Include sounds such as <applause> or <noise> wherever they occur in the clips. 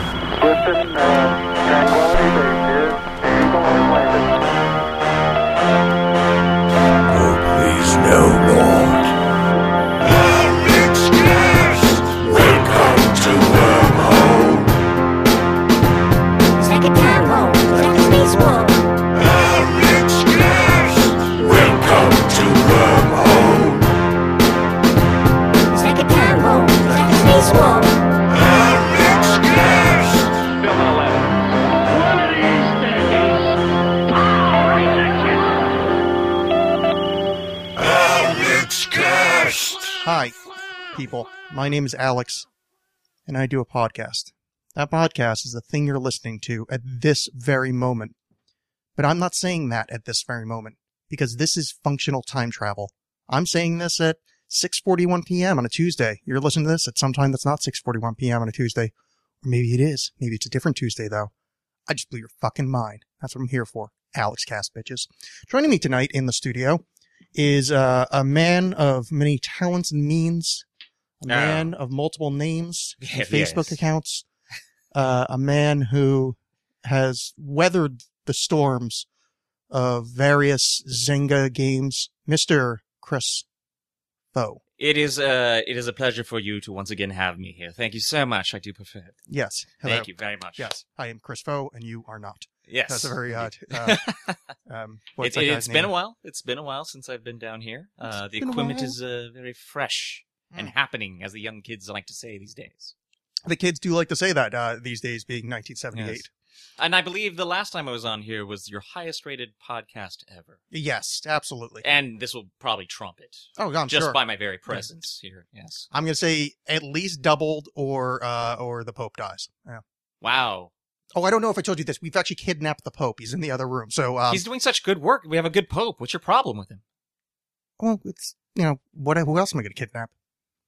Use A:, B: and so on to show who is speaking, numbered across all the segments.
A: Clifton, uh, Tranquility Base here. Eagle has landed.
B: Oh, please, no, Lord. Welcome to Wormhole.
C: It's like a time hole. It's like a space war.
B: Welcome to Wormhole.
C: It's like a time hole. It's like a space war.
D: Hi, people. My name is Alex, and I do a podcast. That podcast is the thing you're listening to at this very moment. But I'm not saying that at this very moment because this is functional time travel. I'm saying this at 6:41 p.m. on a Tuesday. You're listening to this at some time that's not 6:41 p.m. on a Tuesday, or maybe it is. Maybe it's a different Tuesday though. I just blew your fucking mind. That's what I'm here for. Alex Cast bitches. Joining me tonight in the studio is uh, a man of many talents and means, a man of multiple names, and
E: Yeah,
D: Facebook
E: yes.
D: accounts, uh, a man who has weathered the storms of various Zynga games, Mr. Chris Foe.
E: It is uh it is a pleasure for you to once again have me here. Thank you so much. I do prefer it.
D: Yes.
E: Thank you very much.
D: Yes. I am Chris Foe, and you are not.
E: Yes.
D: That's a very odd. Uh,
E: Indeed. <laughs>
D: um, what's
E: it,
D: that guy's
E: has been
D: name?
E: a while. It's been a while since I've been down here. Uh, the
D: been a
E: equipment
D: while.
E: is uh, very fresh and
D: Mm.
E: happening, as the young kids like to say these days.
D: The kids do like to say that uh, these days, being 1978.
E: And I believe the last time I was on here was your highest rated podcast ever.
D: Yes, absolutely.
E: And this will probably trump it
D: Oh, I'm
E: just
D: sure.
E: by my very presence here. Yes.
D: I'm going to say at least doubled, or uh, or the Pope dies. Uh, Yeah.
E: Wow.
D: Oh, I don't know if I told you this. We've actually kidnapped the Pope. He's in the other room. So, um,
E: He's doing such good work. We have a good pope. What's your problem with him?
D: well, it's you know what? Who else am I going to kidnap?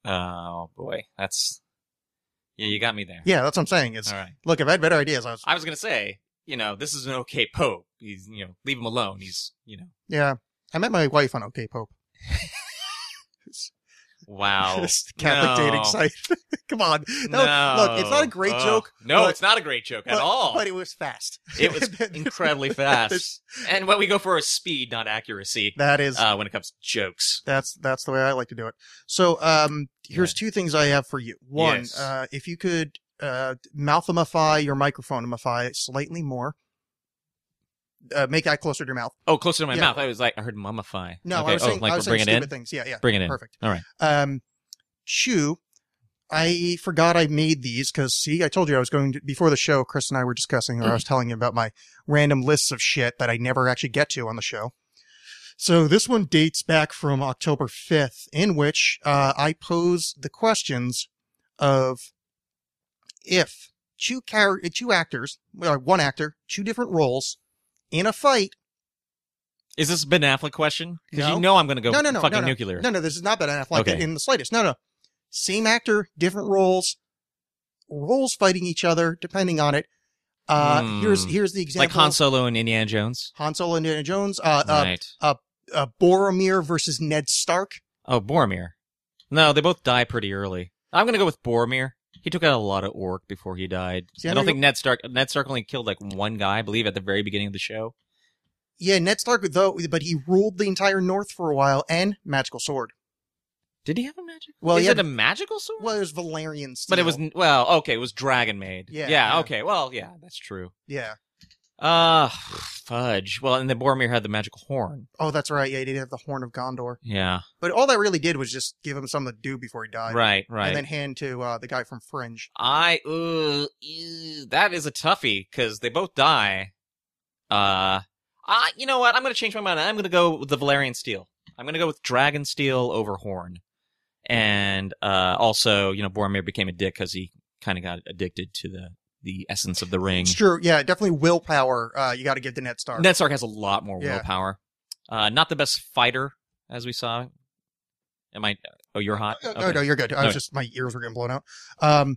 E: Oh boy, that's yeah, you got me there.
D: Yeah, that's what I'm saying. Is
E: All right.
D: look, if I had better ideas, I was.
E: I was gonna say, you know, this is an okay pope. He's, you know, leave him alone. He's, you know,
D: Yeah, I met my wife on OK Pope. <laughs>
E: wow.
D: This Catholic dating
E: No.
D: site. <laughs> Come on,
E: No,
D: no, look, it's not a great
E: Ugh.
D: joke,
E: No,
D: but-
E: it's not a great joke
D: but-
E: at all.
D: but <laughs> it was fast.
E: it
D: <laughs>
E: was incredibly fast. and what we go for is speed, not accuracy.
D: that is
E: Uh, when it comes to jokes,
D: That's that's the way I like to do it. So um here's two things I have for you. One,
E: Yes.
D: uh if you could uh mouthumify your microphoneumify slightly more. Uh, make that closer to your mouth.
E: oh, closer to my
D: Yeah.
E: mouth. I was like, I heard mummify.
D: No,
E: okay.
D: I was
E: oh,
D: saying,
E: like
D: I was
E: bring
D: saying
E: it
D: stupid
E: in,
D: things. Yeah, yeah.
E: bring it in.
D: Perfect.
E: All right.
D: Um chew. I forgot I made these because see, I told you I was going to before the show, Chris and I were discussing
E: <clears throat>
D: or I was telling you about my random lists of shit that I never actually get to on the show. So this one dates back from October 5th, in which uh, I pose the questions of if two char- two actors, well, one actor, two different roles in a fight.
E: Is this a Ben Affleck question? Because
D: No.
E: you know I'm gonna go
D: no, no, no,
E: fucking
D: no, no,
E: nuclear.
D: No, no, this is not Ben Affleck
E: Okay.
D: in the slightest. No, no, same actor, different roles, roles fighting each other depending on it. Uh,
E: Hmm.
D: Here's here's the
E: like
D: example:
E: Han Solo and Indiana Jones.
D: Han Solo, and Indiana Jones, uh, uh,
E: right.
D: uh, Boromir versus Ned Stark.
E: Oh, Boromir. No, they both die pretty early. I'm gonna go with Boromir. He took out a lot of orc before he died.
D: See,
E: I
D: I'm
E: don't
D: gonna
E: think Ned Stark. Ned Stark only killed like one guy, I believe, at the very beginning of the show.
D: Yeah, Ned Stark though, but he ruled the entire North for a while and magical sword.
E: Did he have a magic?
D: Well,
E: is
D: he
E: it
D: had-
E: a magical sword?
D: Well, it was Valerian steel.
E: but it was well, okay, it was dragon made.
D: Yeah,
E: yeah,
D: yeah.
E: okay. Well, yeah, that's true.
D: yeah.
E: Uh <sighs> fudge. Well, and then Boromir had the magical horn.
D: Oh, that's right. Yeah, he did have the Horn of Gondor.
E: Yeah,
D: But all that really did was just give him something to do before he died.
E: right, right.
D: And then hand to uh, the guy from Fringe.
E: I ooh, ew, that is a toughie because they both die. Uh, I you know what? I'm gonna change my mind. I'm gonna go with the Valerian Steel. I'm gonna go with Dragon Steel over Horn, and uh, also you know Boromir became a dick because he kind of got addicted to the the essence of the ring.
D: It's true. Yeah, definitely willpower. Uh, you got to give to Ned Stark.
E: Ned Stark has a lot more
D: Yeah.
E: willpower. Uh, not the best fighter as we saw. Am I? Oh, you're hot.
D: Uh, No,
E: Okay.
D: no, you're good. I
E: Okay.
D: was just my ears were getting blown out. Um,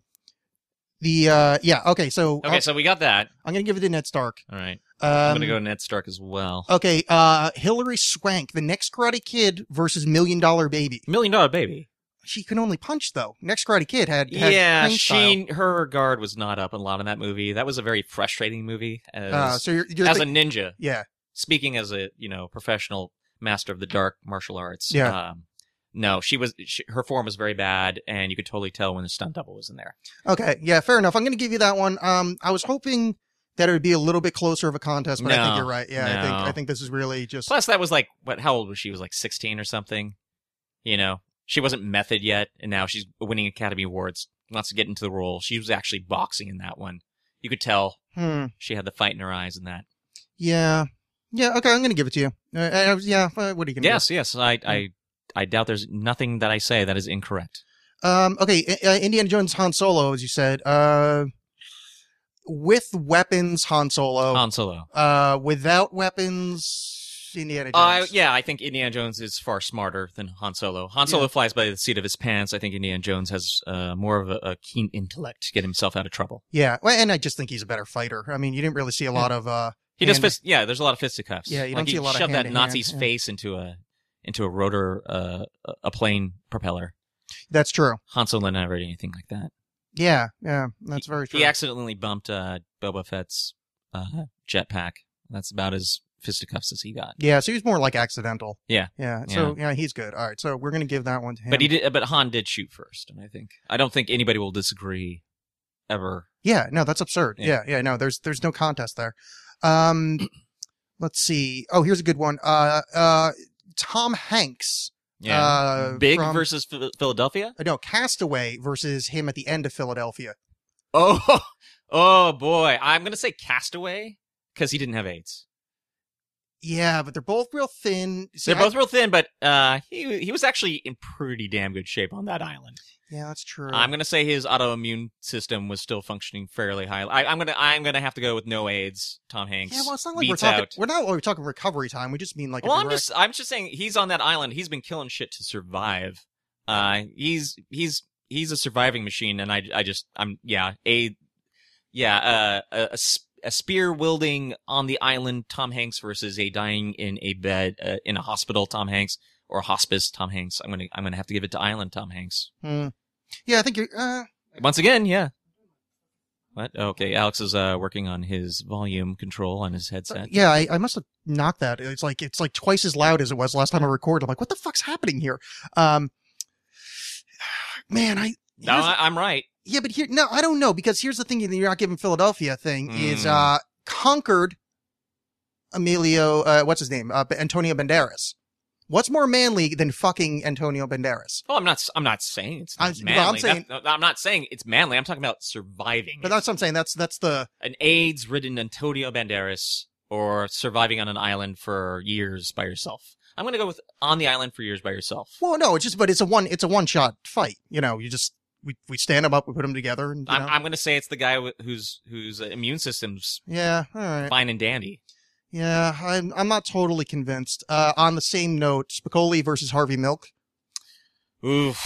D: the uh, yeah. Okay, so
E: Okay,
D: I'll-
E: so we got that.
D: I'm gonna give it to Ned Stark.
E: All right.
D: Um,
E: I'm gonna go Ned Stark as well.
D: Okay, uh, Hillary Swank, the next Karate Kid versus Million Dollar Baby.
E: Million Dollar Baby.
D: she can only punch though. Next Karate Kid had, had
E: yeah,
D: crane style.
E: she her guard was not up a lot in that movie. That was a very frustrating movie as
D: Uh, so you're, you're
E: as
D: thi-
E: a ninja.
D: yeah,
E: Speaking as a you know professional master of the dark martial arts.
D: Yeah.
E: Um, no, she was she, her form was very bad, and you could totally tell when the stunt double was in there.
D: okay, yeah, fair enough. I'm gonna give you that one. Um, I was hoping that it would be a little bit closer of a contest, but I think
E: No,
D: you're right. Yeah, I think
E: no.
D: I think this is really just
E: Plus, that was like what? How old was she? She Was like sixteen or something. You know, she wasn't method yet, and now she's winning Academy Awards. Wants to get into the role. She was actually boxing in that one. You could tell
D: hmm.
E: she had the fight in her eyes in that.
D: Yeah, yeah, okay, I'm gonna give it to you. Uh, uh, yeah, uh, what are you gonna? do?
E: Yes, yes. I, I, I doubt there's nothing that I say that is incorrect.
D: Um, okay, I- uh, Indiana Jones Han Solo, as you said, uh, with weapons Han Solo,
E: Han Solo.
D: uh, without weapons Indiana
E: Uh,
D: Jones.
E: yeah, I think Indiana Jones is far smarter than Han Solo. Han Solo
D: Yeah.
E: flies by the seat of his pants. I think Indiana Jones has uh, more of a, a keen intellect to get himself out of trouble.
D: yeah. Well, and I just think he's a better fighter. I mean, you didn't really see a lot of uh,
E: He just
D: Hand-
E: fist, yeah. There's a lot of fisticuffs.
D: Yeah, you
E: like
D: don't see
E: he
D: a lot of
E: shoved
D: hand
E: that
D: to
E: Nazi's
D: hand, yeah.
E: face into a into a rotor uh, a- a plane propeller.
D: that's true.
E: Han Solo never did anything like that.
D: Yeah, yeah, that's very true.
E: He accidentally bumped uh, Boba Fett's uh, jetpack. That's about as fisticuffs as he got.
D: yeah, so he was more like accidental.
E: Yeah.
D: yeah. So yeah, he's good. All right, so we're gonna give that one to him.
E: But he did. But Han did shoot first, and I think I don't think anybody will disagree, ever.
D: Yeah, no, that's absurd. Yeah.
E: Yeah.
D: yeah, no, there's there's no contest there. Um <clears throat> let's see. Oh, here's a good one. Uh uh Tom Hanks.
E: Yeah.
D: Uh
E: Big
D: from-
E: versus Phil- Philadelphia.
D: uh, no, Castaway versus him at the end of Philadelphia.
E: Oh, <laughs> oh boy! I'm gonna say Castaway because he didn't have AIDS.
D: Yeah, but they're both real thin. See,
E: They're
D: I-
E: both real thin, but uh, he he was actually in pretty damn good shape on that island.
D: Yeah, that's true.
E: I'm gonna say his autoimmune system was still functioning fairly high. I, I'm gonna I'm gonna have to go with no AIDS. Tom Hanks.
D: yeah, well, it's not like we're
E: beats
D: talking.
E: out.
D: We're not. oh, We're talking recovery time. We just mean like. if
E: Well,
D: we
E: I'm
D: were-
E: just I'm just saying he's on that island. He's been killing shit to survive. Uh, he's he's he's a surviving machine, and I I just I'm yeah a yeah uh, a a s- a spear wielding on the island Tom Hanks versus a dying in a bed uh, in a hospital Tom Hanks or a hospice Tom Hanks. I'm gonna I'm gonna have to give it to island Tom Hanks
D: Hmm. Yeah, I think you're. Uh,
E: once again. Yeah. What? Okay, Alex is uh, working on his volume control on his headset.
D: yeah, I, I must have knocked that. It's like it's like twice as loud as it was last time I recorded. I'm like, what the fuck's happening here? Um, <sighs> man, I
E: No,
D: here's-
E: I, I'm right.
D: Yeah, but here, no, I don't know because here's the thing that you're not giving Philadelphia thing
E: Mm.
D: is uh conquered Emilio, uh, what's his name, uh, B- Antonio Banderas. What's more manly than fucking Antonio Banderas?
E: Oh, I'm not. I'm not saying it's
D: I'm-
E: not
D: well, I'm
E: manly. I'm,
D: saying-
E: saying, I'm not saying it's manly. I'm talking about surviving.
D: But that's what I'm saying. That's that's the
E: an AIDS-ridden Antonio Banderas or surviving on an island for years by yourself. I'm gonna go with on the island for years by yourself.
D: well, no, it's just but it's a one it's a one shot fight. You know, you just we we stand them up, we put them together, and you
E: I'm,
D: know.
E: I'm gonna say it's the guy wh- whose whose immune system's
D: yeah, all right.
E: fine and dandy.
D: Yeah, I'm I'm not totally convinced. Uh, on the same note, Spicoli versus Harvey Milk.
E: Oof,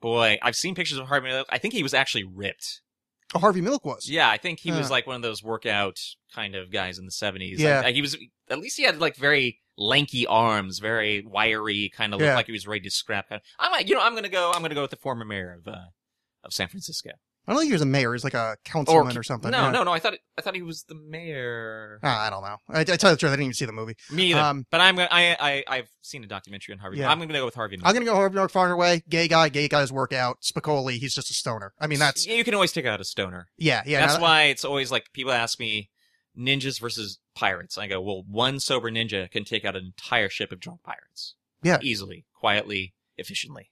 E: boy, I've seen pictures of Harvey. Milk. I think he was actually ripped.
D: Oh, Harvey Milk was.
E: Yeah, I think he was
D: Huh.
E: like one of those workout kind of guys in the 70s.
D: Yeah.
E: Like, he was at least he had like very lanky arms, very wiry, kind of looked
D: Yeah.
E: like he was ready to scrap. I'm like, you know, I'm going to go I'm going to go with the former mayor of uh, of San Francisco.
D: I don't think he was a mayor. He was like a councilman or, something.
E: No,
D: yeah.
E: no, no. I thought I thought he was the mayor.
D: Ah, I don't know. I, I tell you the truth, I didn't even see the movie.
E: Me either.
D: Um,
E: but I'm gonna, I I I've seen a documentary on Harvey.
D: Yeah.
E: Milk. I'm going to go with Harvey. Milk.
D: I'm gonna go Harvey Milk far and away. Gay guy, gay guys work out. Spicoli, he's just a stoner. I mean, that's
E: Yeah, you can always take out a stoner.
D: yeah, yeah.
E: That's
D: no,
E: why it's always like people ask me ninjas versus pirates. And I go, well, one sober ninja can take out an entire ship of drunk pirates.
D: Yeah.
E: Easily, quietly, efficiently.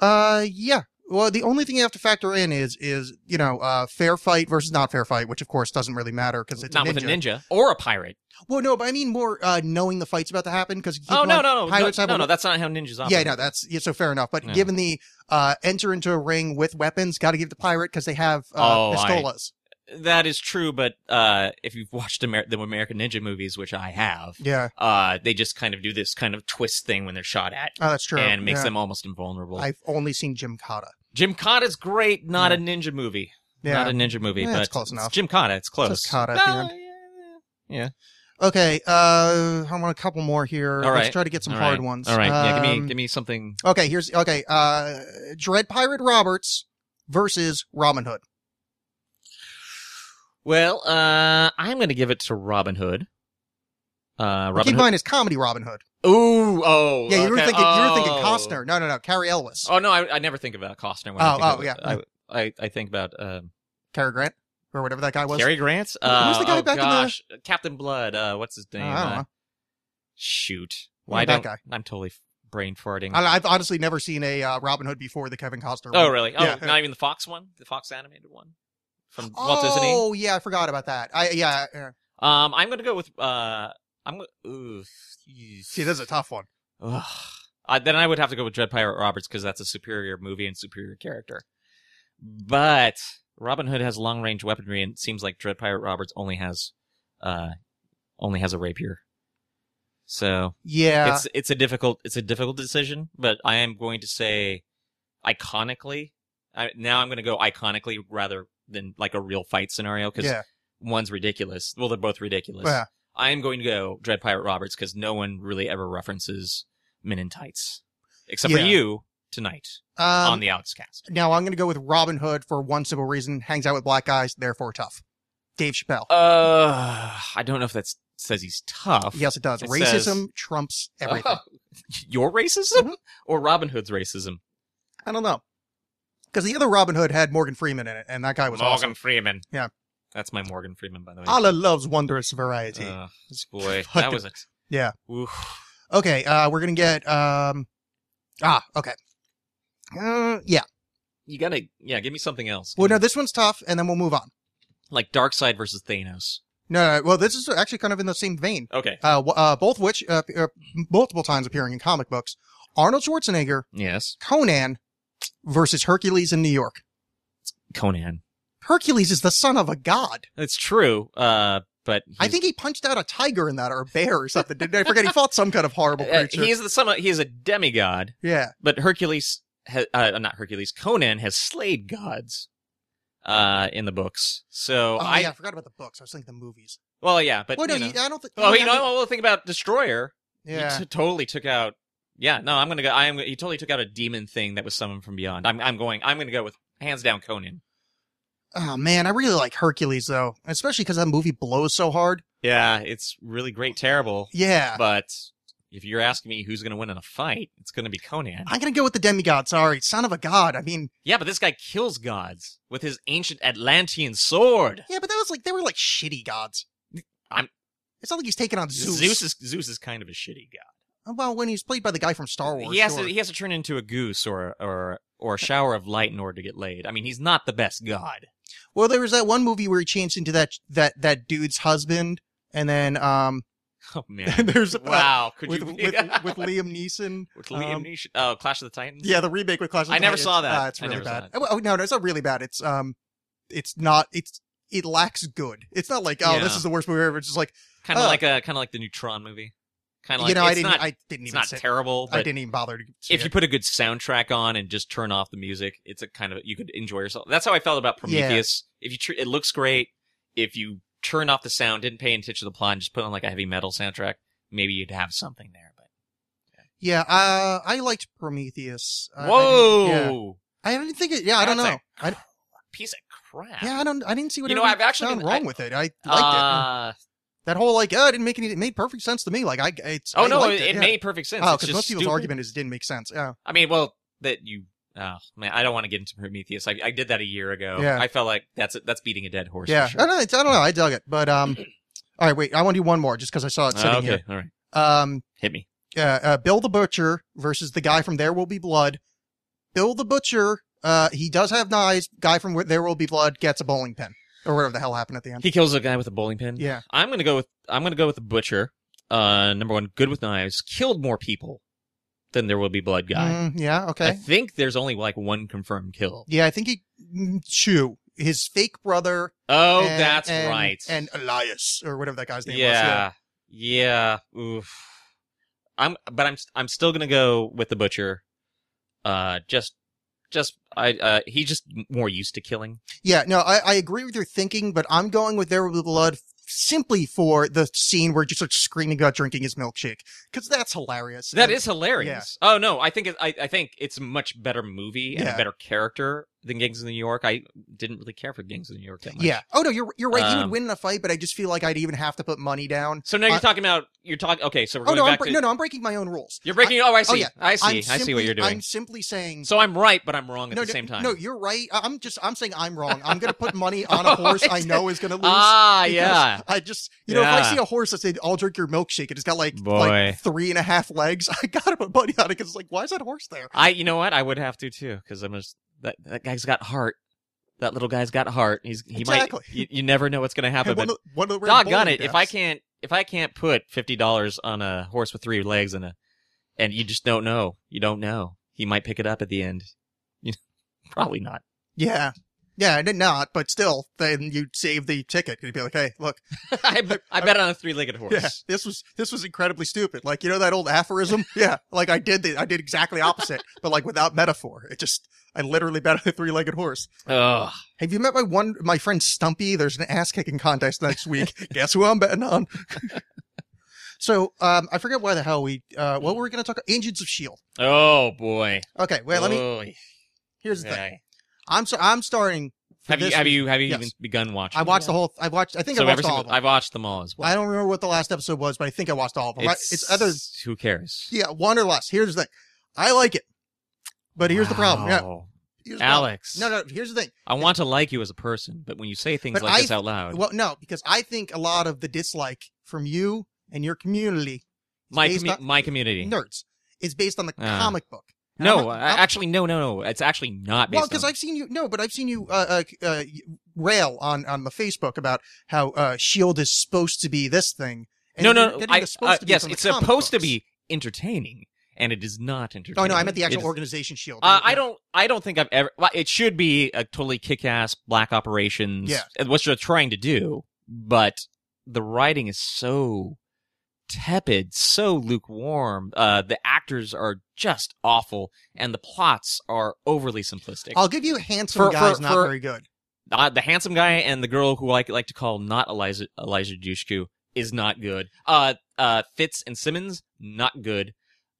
D: Uh, yeah. Well, the only thing you have to factor in is is you know uh, fair fight versus not fair fight, which of course doesn't really matter because it's
E: Not
D: a ninja.
E: with a ninja or a pirate.
D: Well, no, but I mean more uh, knowing the fight's about to happen because
E: Oh, no, no, no.
D: pirates
E: no,
D: have
E: no,
D: a-
E: no, that's not how ninjas operate.
D: yeah, no, that's yeah, so fair enough. But
E: No.
D: given the uh, enter into a ring with weapons, got to give the pirate because they have uh,
E: Oh, I-
D: pistolas.
E: That is true, but uh, if you've watched Amer- the American Ninja movies, which I have,
D: Yeah,
E: uh, they just kind of do this kind of twist thing when they're shot at
D: oh, that's true.
E: and makes
D: Yeah.
E: them almost invulnerable.
D: I've only seen Jim Cotta.
E: Jim Cotta's great, not
D: Yeah.
E: a ninja movie.
D: Yeah,
E: Not a ninja movie,
D: Yeah,
E: but
D: it's close enough.
E: Jim Cotta, it's close. Ah,
D: Just Cotta at the
E: No,
D: end.
E: yeah, yeah.
D: Okay, uh, I want a couple more here.
E: All
D: Let's
E: right.
D: try to get some
E: All
D: hard
E: right.
D: ones.
E: All right, yeah, give
D: Um,
E: me give me something.
D: Okay, here's okay. Uh, Dread Pirate Roberts versus Robin Hood.
E: Well, uh, I'm gonna give it to Robin Hood. Uh,
D: Well,
E: Robin
D: Keep in
E: Hood.
D: mind, it's comedy Robin Hood.
E: Ooh, oh,
D: Yeah, you were
E: okay.
D: thinking you were thinking
E: Oh.
D: Costner. No, no, no, Carrie Elwes,
E: Oh no, I, I never think about Costner. When
D: Oh,
E: I
D: oh,
E: think
D: yeah.
E: of, I, I I think about um,
D: Cary Grant, or whatever that guy was.
E: Cary Grant.
D: Who- who's
E: Uh,
D: the guy
E: oh,
D: back in the-
E: gosh, Captain Blood. Uh, what's his name?
D: I don't
E: Uh,
D: know.
E: Shoot,
D: Yeah,
E: why
D: that
E: don't
D: guy.
E: I'm totally brain farting.
D: I, have honestly never seen a uh, Robin Hood before the Kevin Costner.
E: Oh
D: one.
E: really? Oh,
D: Yeah.
E: not even the Fox one, the Fox animated one from Walt Disney.
D: Oh yeah, I forgot about that. I yeah. yeah.
E: Um, I'm gonna go with uh, I'm go- ooh,
D: See, this is a tough one.
E: Ugh. Uh, then I would have to go with Dread Pirate Roberts because that's a superior movie and superior character. But Robin Hood has long range weaponry, and it seems like Dread Pirate Roberts only has, uh, only has a rapier. So
D: Yeah,
E: it's it's a difficult it's a difficult decision, but I am going to say, iconically, I, now I'm going to go iconically rather than like a real fight scenario because
D: yeah,
E: one's ridiculous. Well, they're both ridiculous.
D: yeah.
E: I am going to go Dread Pirate Roberts because no one really ever references Men in Tights except
D: Yeah.
E: for you tonight
D: Um,
E: on the Outcast.
D: now I'm going to go with Robin Hood for one simple reason: hangs out with black guys, therefore tough. Dave Chappelle.
E: Oh, Uh, I don't know if that says he's tough.
D: yes, it does.
E: it
D: Racism
E: says- Oh.
D: trumps everything.
E: Your racism
D: Mm-hmm.
E: or Robin Hood's racism?
D: I don't know, because the other Robin Hood had Morgan Freeman in it, and that guy was
E: Morgan
D: awesome.
E: Freeman.
D: Yeah.
E: that's my Morgan Freeman, Uh. by the way.
D: Allah loves wondrous variety.
E: Ugh,
D: <laughs>
E: boy, that
D: Fucking-
E: was it.
D: Yeah.
E: Oof.
D: Okay, uh, we're gonna get um, ah, okay, uh, yeah.
E: You gotta, yeah, give me something else.
D: Well,
E: Give
D: no,
E: me-
D: this one's tough, and then we'll move on.
E: like Dark Side versus Thanos.
D: No, no, well, this is actually kind of in the same vein.
E: Okay.
D: Uh, w- uh both which uh, p- uh, multiple times appearing in comic books. Arnold Schwarzenegger,
E: Yes.
D: Conan versus Hercules in New York.
E: Conan.
D: Hercules is the son of a god.
E: It's true. Uh, but
D: I
E: he's-
D: think he punched out a tiger in that, or a bear, or something. Didn't I forget he fought some kind of horrible
E: <laughs> Uh,
D: creature?
E: he is the son. Of, he is a demigod,
D: yeah,
E: but Hercules, ha, uh, not Hercules, Conan has slayed gods uh, in the books. So
D: oh,
E: I,
D: yeah, I forgot about the books. I was thinking the movies.
E: well, yeah, but
D: well, no,
E: you know,
D: you- I don't think.
E: oh,
D: yeah,
E: you know, well, think about Destroyer.
D: yeah.
E: He t- totally took out. Yeah, no, I'm gonna go. I am. He totally took out a demon thing that was summoned from beyond. I'm. I'm going. I'm gonna go with hands down Conan.
D: Oh man, I really like Hercules though, especially because that movie blows so hard.
E: Yeah, it's really great, terrible,
D: Yeah,
E: but. If you're asking me who's going to win in a fight, it's going to be Conan.
D: I'm gonna go with the demigod. Sorry, son of a god. I mean,
E: Yeah, but this guy kills gods with his ancient Atlantean sword.
D: yeah, but that was like they were like shitty gods.
E: I'm-
D: It's not like he's taking on Zeus.
E: Zeus, is Zeus is kind of a shitty guy.
D: Well, when he's played by the guy from Star Wars.
E: he has
D: sure.
E: to he has to turn into a goose or or or a shower of light in order to get laid. I mean, he's not the best god. <laughs>
D: Well, there was that one movie where he changed into that that that dude's husband, and then um,
E: Oh
D: <laughs>
E: man!
D: there's uh,
E: wow, could
D: with,
E: you
D: with,
E: <laughs>
D: with Liam Neeson.
E: With Liam
D: um,
E: Neeson? Oh, Clash of the Titans.
D: Yeah, the remake with Clash. Of
E: I
D: the
E: never
D: Titans.
E: saw that.
D: Uh, it's
E: I
D: really
E: never saw
D: bad.
E: that.
D: Oh, no, no, it's not really bad. It's um, it's not. It's it lacks good. It's not like oh, this
E: Yeah.
D: is the worst movie ever. It's just like
E: kind of
D: uh,
E: like a kind of like the Neutron movie. Kind of
D: you
E: like
D: know, I
E: it's
D: didn't.
E: not
D: I didn't
E: it's
D: even.
E: not
D: sit-
E: terrible,
D: I
E: but
D: didn't even bother to. See
E: if you
D: it.
E: put a good soundtrack on and just turn off the music, it's a kind of you could enjoy yourself. That's how I felt about
D: Yeah.
E: Prometheus. If you tr- it looks great. If you turn off the sound, didn't pay attention to the plot, and just put on like a heavy metal soundtrack, maybe you'd have something there. But
D: yeah, uh, I liked Prometheus. Uh, I- I
E: whoa,
D: didn't- yeah. I didn't think it. Yeah, I don't
E: That's
D: know. I
E: piece of crap.
D: yeah, I don't. I didn't see what.
E: You know,
D: everyone
E: I've actually
D: found
E: been-
D: wrong
E: I-
D: with it. I liked it. Mm.
E: uh,
D: That whole like, oh, it didn't make any. It made perfect sense to me. Like I, it's.
E: oh
D: I
E: no,
D: liked
E: it,
D: it, yeah.
E: made perfect sense.
D: Oh,
E: It's
D: because
E: just
D: most people's
E: stupid.
D: argument is it didn't make sense. Yeah.
E: I mean, well, that you. Oh man, I don't want to get into Prometheus. I, I did that a year ago.
D: Yeah.
E: I felt like that's a, that's beating a dead horse.
D: Yeah.
E: For
D: Oh, I
E: sure.
D: don't, know, it's- I don't know. I dug it, but um. All right, wait. I want to do one more just because I saw it sitting
E: Uh, okay,
D: here.
E: all right,
D: Um,
E: hit me.
D: uh, uh, Bill the Butcher versus the guy from There Will Be Blood. Bill the Butcher, uh, he does have knives. Guy from There Will Be Blood gets a bowling pin or whatever the hell happened at the end.
E: He kills a guy with a bowling pin.
D: yeah.
E: I'm gonna go with I'm gonna go with the butcher. Uh, number one, good with knives, killed more people than there will be blood guy.
D: Mm, yeah. Okay.
E: I think there's only like one confirmed kill.
D: yeah, I think he mm, Chew his fake brother.
E: Oh,
D: and-
E: that's
D: and-
E: right.
D: And Elias or whatever that guy's name was.
E: yeah, yeah, Oof. I'm, but I'm I'm still gonna go with the butcher. Uh, just just I uh he's just more used to killing.
D: Yeah. Yeah. No, I, I agree with your thinking, but I'm going with There Will Be Blood simply for the scene where he just starts screaming about drinking his milkshake because that's hilarious.
E: That is hilarious. Oh no, I think it, I, I think it's a much better movie and
D: Yeah.
E: a better character than Gangs of New York. I didn't really care for Gangs of New York that much.
D: yeah. Oh no, you're you're right. he
E: Um,
D: would win in a fight, but I just feel like I'd even have to put money down.
E: So now you're
D: Uh,
E: talking about you're talking. Okay, so we're
D: Oh
E: going
D: no, I'm
E: back
D: bre-
E: to
D: no, no, I'm breaking my own rules.
E: you're breaking. oh, I see.
D: yeah.
E: I see.
D: I'm
E: I see what
D: simply-
E: you're doing.
D: I'm simply saying.
E: so I'm right, but I'm wrong at
D: no,
E: the
D: no,
E: same time.
D: no, you're right. I- I'm just, I'm saying I'm wrong. I'm gonna put money on
E: <laughs>
D: a horse I know is gonna lose.
E: ah,
D: <laughs> because
E: yeah.
D: I just, you know, if
E: Yeah.
D: I see a horse that said, "I'll drink your milkshake," and it's got like
E: Boy.
D: like three and a half legs, <laughs> I gotta put money on it because, like, why is that horse there?
E: I. You know what? I would have to too, because I'm just that that guy's got heart. That little guy's got heart. He's he
D: Exactly.
E: might. You, you never know what's going to happen. but
D: And one of the- one of the Red
E: doggone
D: Bull
E: it! If I
D: deaths.
E: can't, if I can't put fifty dollars on a horse with three legs and a, and you just don't know, you don't know. He might pick it up at the end. You <laughs> probably
D: <laughs>
E: not.
D: yeah, yeah, I did not, but still, then you'd save the ticket. You'd be like, "Hey, look,
E: I, bet- I bet on a three-legged horse.
D: yeah, this was this was incredibly stupid." Like, you know that
E: <laughs>
D: old aphorism? yeah, like I did the I did exactly opposite, but like without metaphor. It just, I literally bet on a three legged horse.
E: Ugh.
D: Have you met my one my friend Stumpy? There's an ass kicking contest next week.
E: <laughs>
D: Guess who I'm betting on? <laughs> so um, I forget why the hell we uh, what were we going to talk about? Agents of Shield.
E: Oh boy.
D: E
E: Oh,
D: Okay, wait. Let me.
E: Oy.
D: Here's the thing.
E: Okay.
D: I'm so I'm starting. for
E: Have you
D: this
E: have
D: week-
E: you have you
D: Yes.
E: even begun watching?
D: I
E: it
D: watched
E: yet?
D: the whole. I watched. I think
E: so
D: I watched
E: every
D: all
E: single-
D: of them.
E: I've watched them all as well.
D: I don't remember what the last episode was, but I think I watched all of them. I- It's, other.
E: Who cares?
D: Yeah, one or less. Here's the thing. I like it, but here's the problem. Yeah,
E: Wow.
D: here's the problem.
E: Alex.
D: No, no. Here's the thing.
E: I want to like you as a person, but when you say things
D: But
E: like
D: I-
E: this out loud,
D: Well, no, because I think a lot of the dislike from you and your community
E: my
D: based
E: commu-
D: on-
E: my community.
D: nerds is based on the
E: Ah.
D: comic book. And I'm
E: No,
D: not-
E: I-
D: I'm-
E: actually, no, no, no. It's actually not based
D: well, because
E: on.
D: I've seen you no, but I've seen you uh, uh, uh, rail on on the Facebook about how uh, Shield is supposed to be this thing.
E: no,
D: you're
E: no,
D: getting
E: I,
D: the supposed
E: uh,
D: to be
E: yes,
D: from the
E: it's
D: comic
E: supposed to
D: books.
E: be entertaining, and it is not entertaining.
D: Oh no, I meant the actual
E: It is-
D: organization Shield.
E: Uh, I don't. I don't think I've ever. Well, it should be a totally kick-ass black operations.
D: Yeah.
E: uh, What you're trying to do, but the writing is so tepid, so lukewarm. Uh, the actors are just awful, and the plots are overly simplistic.
D: I'll give you handsome
E: For-
D: guys
E: for-
D: not
E: for-
D: very good.
E: Uh, the handsome guy and the girl who I like to call not Eliza Elijah Dushku is not good. Uh, uh, Fitz and Simmons not good.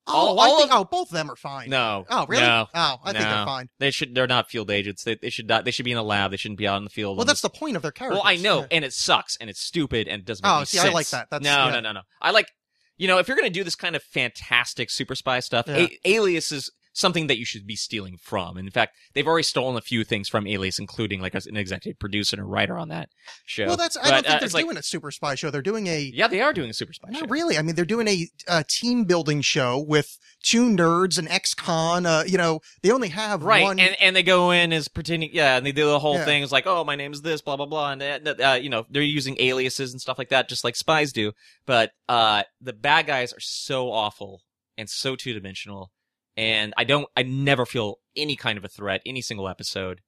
D: Oh,
E: all-
D: I
E: all
D: think
E: of-
D: oh both of them are fine.
E: No.
D: Oh really?
E: No.
D: Oh, I think
E: No.
D: they're fine.
E: They should. They're not field agents. They, they should. Not, they should be in a lab. They shouldn't be out in the field.
D: Well,
E: on
D: that's the point of their characters.
E: Well, I know,
D: Yeah.
E: and it sucks, and it's stupid, and it doesn't make
D: Oh,
E: any
D: see, I
E: sense.
D: like that. That's-
E: no,
D: yeah.
E: no, no, no. I like, you know, if you're gonna do this kind of fantastic super spy stuff,
D: Yeah.
E: a- Alias is something that you should be stealing from. And in fact, they've already stolen a few things from Alias, including like as an executive producer and a writer on that show.
D: Well, that's. I
E: But,
D: don't
E: uh,
D: think
E: it's
D: they're
E: like-
D: doing a super spy show. They're doing a
E: Yeah, they are doing a super spy show.
D: Not really. I mean, they're doing a, uh team building show with two nerds, an ex-con. Uh, you know, they only have
E: Right,
D: one.
E: and and they go in as pretending, yeah, and they do the whole
D: Yeah.
E: thing. It's like, oh, my name is this, blah blah blah, and uh, uh, you know they're using aliases and stuff like that, just like spies do. But uh, the bad guys are so awful and so two dimensional, and I don't, I never feel any kind of a threat any single episode.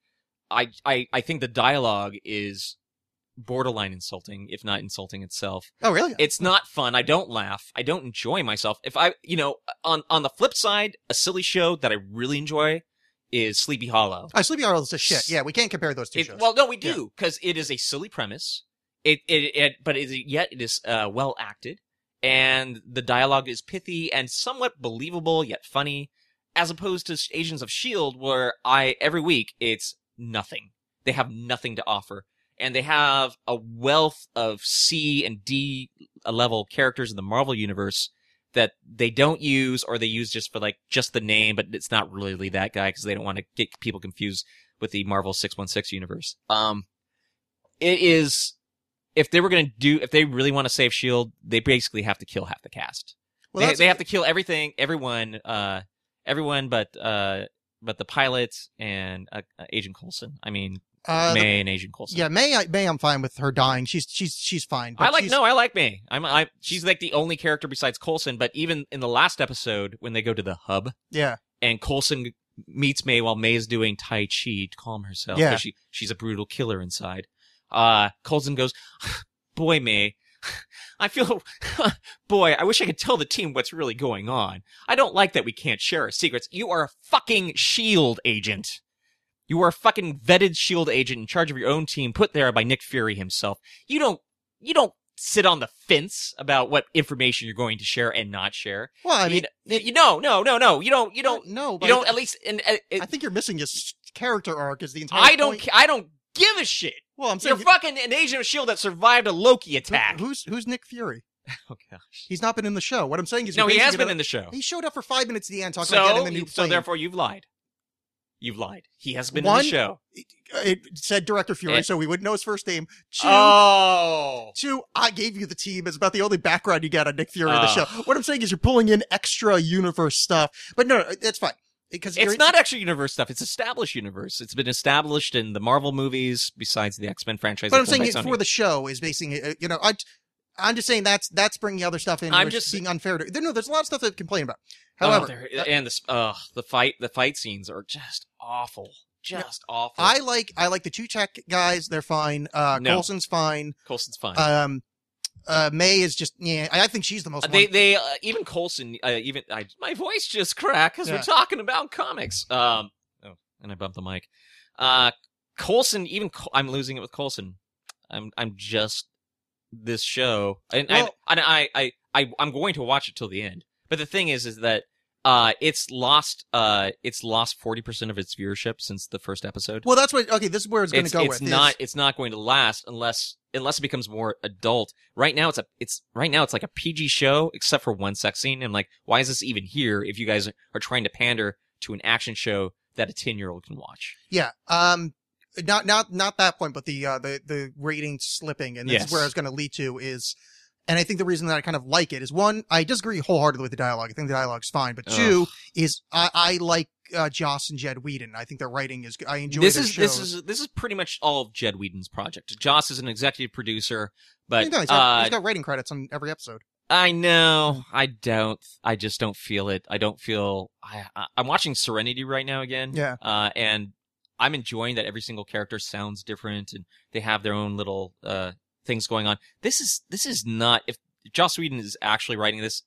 E: I I I think the dialogue is borderline insulting, if not insulting itself
D: oh, really?
E: it's not fun. I don't laugh. I don't enjoy myself. If I, you know, on on the flip side, a silly show that I really enjoy is Sleepy Hollow.
D: oh, Sleepy Hollow is a shit. Yeah, we can't compare those two
E: It-
D: shows.
E: well, no, we do because it is a silly premise. It it, it but it, yet it is uh, well acted, and the dialogue is pithy and somewhat believable yet funny, as opposed to Agents of Shield, E where I every week it's nothing. They have nothing to offer, and they have a wealth of C and D level characters in the Marvel universe that they don't use or they use just for like just the name, but it's not really that guy because they don't want to get people confused with the Marvel 616 universe. Um, it is, if they were going to do, if they really want to save S.H.I.E.L.D., E they basically have to kill half the cast.
D: Well,
E: they,
D: that's-
E: they have to kill everything, everyone, uh, everyone but, uh, but the pilots and uh, uh, Agent Coulson. I mean,
D: uh, the-
E: May and Agent Coulson.
D: yeah, May. I, May, I'm fine with her dying. She's she's she's fine. but
E: I like
D: she's-
E: no, I like May. I'm I. She's like the only character besides Coulson. But even in the last episode, when they go to the hub,
D: Yeah,
E: and Colson meets May while May is doing Tai Chi to calm herself.
D: Yeah.
E: 'cause She, she's a brutal killer inside. Uh, Colson goes, <sighs> boy, May, <laughs> I feel, <laughs> boy, I wish I could tell the team what's really going on. I don't like that we can't share our secrets. You are a fucking shield agent. You are a fucking vetted shield agent in charge of your own team put there by Nick Fury himself. You don't you don't sit on the fence about what information you're going to share and not share.
D: Well, I
E: You
D: mean,
E: d- you, no, no, no, no. You don't. You don't.
D: know, but
E: You don't. At least, and, and-
D: I think you're missing his character arc. Is the entire
E: I don't.
D: point-
E: ca- I don't give a shit.
D: Well, I'm
E: You're
D: saying
E: fucking an agent of Shield E that survived a Loki
D: who-
E: attack.
D: who's who's Nick Fury?
E: oh gosh.
D: He's not been in the show. What I'm saying is,
E: No,
D: you're
E: he has
D: basing it
E: been
D: on-
E: in the show.
D: He showed up for five minutes at the end talking about
E: So,
D: getting the new
E: so
D: plane.
E: therefore, you've lied. You've lied. He has been in
D: One-
E: the show.
D: it said director Fury,
E: Eh.
D: so we wouldn't know his first name. Two,
E: Oh.
D: two, I gave you the team. It's about the only background you got on Nick Fury in the
E: Ah.
D: show. What I'm saying is, you're pulling in extra universe stuff, but no, no that's fine because you're-
E: It's not extra universe stuff. It's established universe. It's been established in the Marvel movies, besides the X Men franchise.
D: But I'm
E: that's
D: saying
E: done
D: it
E: by Sony.
D: for the show is basing it. uh, You know, I, I'm just saying that's that's bringing other stuff in.
E: I'm
D: which
E: just-
D: being unfair to. No, there's a lot of stuff to complain about.
E: Oh,
D: However,
E: there-
D: uh,
E: and the s- ugh, the fight the fight scenes are just awful, just awful.
D: I like I like the two Czech guys. They're fine. Uh,
E: No.
D: Colson's fine.
E: Colson's fine.
D: Um, uh, May is just yeah. I I think she's the most.
E: Uh, they
D: one-
E: they uh, even Colson uh, even I, my voice just cracked because
D: Yeah.
E: we're talking about comics. Um, oh, and I bumped the mic. Uh, Colson even Col- I'm losing it with Colson. I'm I'm just this show, and
D: Well-
E: and, and I, I I I'm going to watch it till the end. But the thing is, is that uh, it's lost uh, it's lost forty percent of its viewership since the first episode.
D: well, that's what. Okay, this is where it's going to
E: it's
D: go
E: it's
D: with. is-
E: not it's not going to last unless unless it becomes more adult. Right now it's a it's right now it's like a PG show except for one sex scene. And like, why is this even here if you guys are trying to pander to an action show that a ten year old can watch?
D: Yeah. Um. Not not not that point, but the uh the the rating slipping, and this is
E: Yes.
D: where I was going to lead to is, and I think the reason that I kind of like it is one, I disagree wholeheartedly with the dialogue. I think the dialogue's fine, but two is I I like uh, Joss and Jed Whedon. I think their writing is. I enjoy
E: this
D: their
E: is this
D: shows.
E: is this is pretty much all of Jed Whedon's project. Joss is an executive producer,
D: I
E: but
D: mean, no, he's got,
E: uh,
D: he's got writing credits on every episode.
E: I know I don't. I just don't feel it. I don't feel. I, I I'm watching Serenity right now again.
D: Yeah.
E: uh, and I'm enjoying that every single character sounds different and they have their own little uh, things going on. This is this is not if Joss Whedon is actually writing this.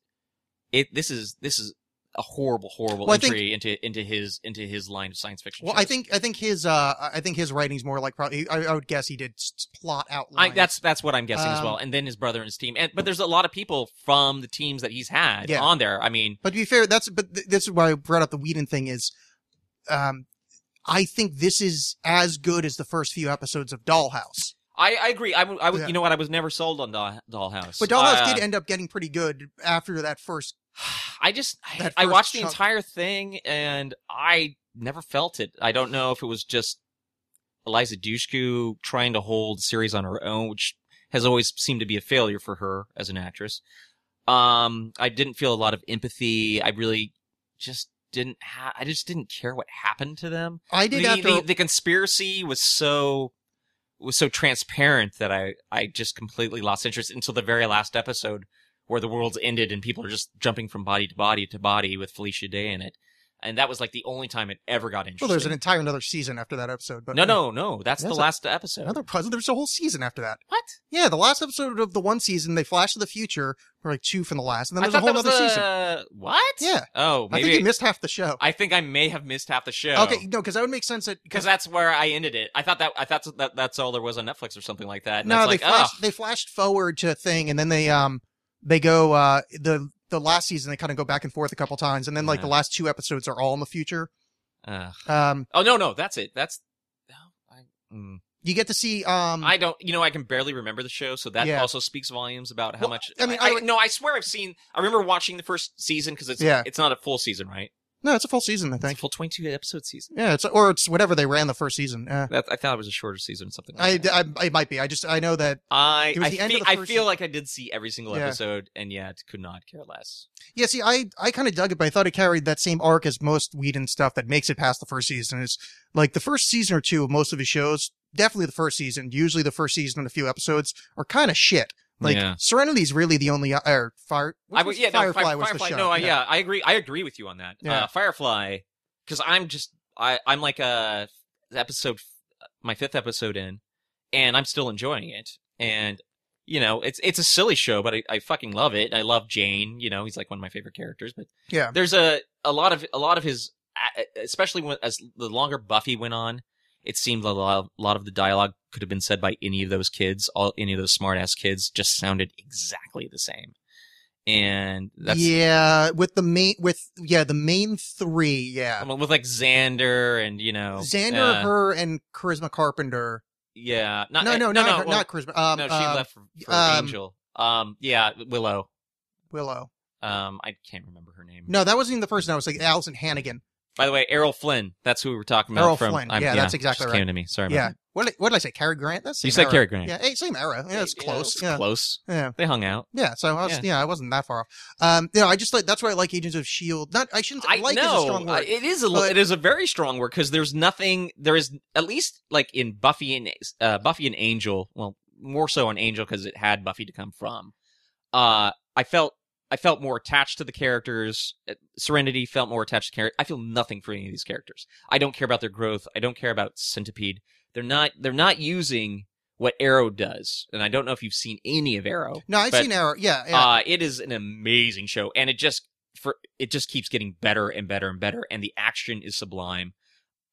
E: It this is this is a horrible horrible
D: Well, I think-
E: entry into into his into his line of science fiction.
D: Well, I
E: shows.
D: think I think his uh I think his writing's more like probably I, I would guess he did s- plot
E: I,
D: outline.
E: that's that's what I'm guessing as
D: Um,
E: well. And then his brother and his team. And but there's a lot of people from the teams that he's had
D: Yeah.
E: on there. I mean,
D: But to be fair, that's but th- this is why I brought up the Whedon thing is, um, I think this is as good as the first few episodes of Dollhouse.
E: I, I agree. I, w- I w-
D: Yeah.
E: you know what? I was never sold on Doll- Dollhouse.
D: But Dollhouse
E: Uh,
D: did end up getting pretty good after that first.
E: <sighs> I just I,
D: That
E: I
D: first
E: watched the
D: chunk.
E: entire thing and I never felt it. I don't know if it was just Eliza Dushku trying to hold the series on her own, which has always seemed to be a failure for her as an actress. Um, I didn't feel a lot of empathy. I really just didn't ha- I just didn't care what happened to them
D: I did
E: the,
D: after.
E: the, the conspiracy was so was so transparent that I I just completely lost interest until the very last episode where the world's ended and people are just jumping from body to body to body with Felicia Day in it, and that was like the only time it ever got interesting.
D: well, there's an entire another season after that episode. But
E: no, no, no. That's the
D: That's a-
E: last episode.
D: another puzzle. There's a whole season after that.
E: What?
D: Yeah, the last episode of the one season, they flash to the future. We're like two from the last, and then
E: I
D: there's a
E: thought
D: whole
E: that was
D: other season.
E: the what?
D: Yeah.
E: Oh,
D: I
E: maybe
D: think you missed half the show.
E: I think I may have missed half the show.
D: Okay, no, because that would make sense. That
E: Because that's where I ended it. I thought that I thought that that's all there was on Netflix or something like that. And
D: no,
E: that's
D: they
E: like,
D: flashed,
E: oh,
D: they flashed forward to a thing, and then they um they go uh the the last season they kind of go back and forth a couple times, and then like
E: Yeah.
D: the last two episodes are all in the future.
E: uh,
D: Um,
E: oh no, no, that's it. That's no, I, mm.
D: you get to see um
E: I don't, you know, I can barely remember the show, so that
D: Yeah.
E: also speaks volumes about how
D: Well,
E: much.
D: I mean,
E: I,
D: I-
E: no, I swear I've seen. I remember watching the first season because it's
D: Yeah.
E: it's not a full season, right?
D: no, it's a full season I
E: It's a
D: think.
E: full twenty two episode season.
D: Yeah, it's or it's whatever they ran the first season. Yeah.
E: That, I thought it was a shorter season or something.
D: I,
E: Like that.
D: I it might be. I just I know that
E: I
D: it was
E: I,
D: the end
E: fe-
D: of the
E: I
D: first
E: feel
D: se-
E: like I did see every single
D: Yeah.
E: episode, and yet could not care less.
D: yeah. See, I I kind of dug it, but I thought it carried that same arc as most Whedon stuff that makes it past the first season. Is like the first season or two of most of his shows. Definitely the first season. Usually the first season and a few episodes are kind of shit. Like
E: Yeah.
D: Serenity's really the only uh, or Fire. which
E: I
D: was-
E: would, yeah,
D: Firefly
E: no, Fire-
D: was
E: Firefly,
D: the show.
E: No, I, yeah, I agree. I agree with you on that.
D: Yeah.
E: Uh, Firefly, because I'm just I I'm like a episode, my fifth episode in, and I'm still enjoying it. And you know, it's it's a silly show, but I, I fucking love it. I love Jane. You know, he's like one of my favorite characters. But
D: Yeah.
E: there's a a lot of a lot of his, especially when as the longer Buffy went on, it seemed a lot of, lot of the dialogue could have been said by any of those kids, all any of those smart ass kids, just sounded exactly the same. And that's
D: yeah, with the main with yeah the main three.
E: I
D: Yeah,
E: mean, with like Xander and you know
D: Xander,
E: uh,
D: her, and Charisma Carpenter.
E: yeah, not, eh,
D: no, no,
E: no,
D: not
E: no,
D: her,
E: well,
D: not Charisma. Um,
E: no, she
D: um,
E: left for, for
D: um,
E: Angel. Um, yeah, Willow.
D: Willow.
E: Um, I can't remember her name.
D: No, that wasn't even the first. one. I was like Allison Hannigan.
E: By the way, Errol Flynn. That's who we were talking about.
D: Errol
E: from,
D: Flynn, yeah, that's exactly
E: just
D: right.
E: Came to me. Sorry. About
D: Yeah.
E: that.
D: What did, I- what did I say? Cary Grant. That's
E: You said Cary Grant.
D: Yeah, hey, same era. Yeah, it's
E: Yeah,
D: close.
E: it's
D: Yeah,
E: Close.
D: yeah.
E: They hung out.
D: Yeah, so I was,
E: Yeah.
D: yeah. I wasn't that far off. Um, you know, I just like that's why I like Agents of Shield. Not, I shouldn't.
E: I
D: like
E: know.
D: is a strong word.
E: I- it is a li-
D: but-
E: it is a very strong word because there's nothing. There is at least like in Buffy and uh, Buffy and Angel. Well, more so on Angel because it had Buffy to come from. Uh, I felt I felt more attached to the characters. Uh, Serenity felt more attached to character. I feel nothing for any of these characters. I don't care about their growth. I don't care about Centipede. They're not. They're not using what Arrow does, and I don't know if you've seen any of Arrow.
D: no, I've
E: but-
D: seen Arrow. Yeah, yeah.
E: Uh, it is an amazing show, and it just for it just keeps getting better and better and better, and the action is sublime.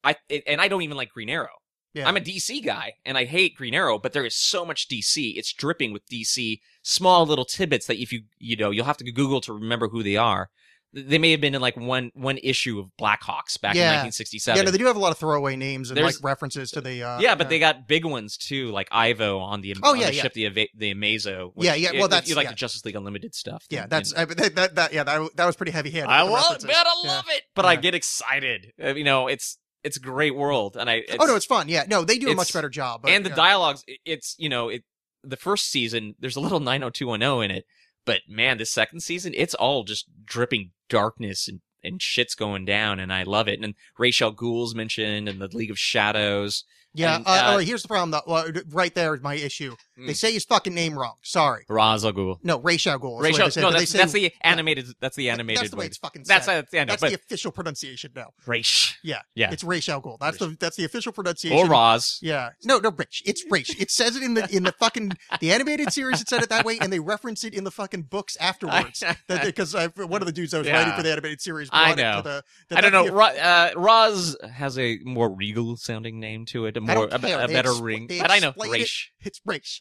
E: I it, and I don't even like Green Arrow.
D: Yeah.
E: I'm a DC guy, and I hate Green Arrow, but there is so much DC. It's dripping with DC small little tidbits that if you you know you'll have to Google to remember who they are. Th- They may have been in like one one issue of Blackhawks back
D: Yeah.
E: in 1967.
D: yeah, no, they do have a lot of throwaway names and
E: There's-
D: like references to the. Uh,
E: Yeah, but they got big ones too, like Ivo on the
D: Oh,
E: on
D: yeah,
E: the
D: yeah.
E: ship the Ava- the Amazo. which-
D: Yeah, yeah,
E: if-
D: well,
E: if
D: that's-
E: you like
D: yeah.
E: the Justice League Unlimited stuff.
D: Yeah,
E: then-
D: that's
E: then-
D: I, that, that, that. Yeah, that, that was pretty heavy handed.
E: I love, man, I
D: Yeah.
E: love it. But I
D: Yeah.
E: get excited. Uh, You know, it's it's a great world, and I. It's,
D: Oh no, it's fun. Yeah, no, they do a
E: it's-
D: much better job. But,
E: and the
D: yeah.
E: dialogues. it- It's you know, it the first season there's a little <laughs> 90210 in it, but man, the second season it's all just dripping darkness and and shit's going down, and I love it. And Rachel Ghoul's mentioned, and the League of Shadows.
D: Yeah,
E: and,
D: uh,
E: uh,
D: all right, here's the problem. Though. Well, right there is my issue. They
E: Mm.
D: say his fucking name wrong. Sorry.
E: Ra's al Ghul.
D: No, Rachel Ghul. is the way
E: Rachel,
D: they say it,
E: no,
D: but they
E: that's,
D: say-
E: that's the animated. That's the animated.
D: That's the way
E: way.
D: it's fucking
E: That's
D: said.
E: that's, yeah, no,
D: That's
E: but
D: the official pronunciation now.
E: Raish
D: Yeah,
E: Yeah.
D: It's Rachel Ghul. That's the that's the official pronunciation.
E: or Roz.
D: Yeah. No, no, Rich. It's Rich. It says it in the in the fucking the animated series. It said it that way, and they reference it in the fucking books
E: <laughs>
D: afterwards. Because one of the dudes I was
E: Yeah.
D: writing for the animated series,
E: I
D: brought it
E: know.
D: To the, that
E: I don't
D: that's
E: know.
D: the-
E: Ra- uh, Roz has a more regal sounding name to it, a
D: I
E: more
D: don't
E: a,
D: care.
E: a
D: They
E: better
D: expl-
E: ring.
D: they
E: But I know
D: explain it.
E: Raish.
D: it's
E: <laughs>
D: Rich.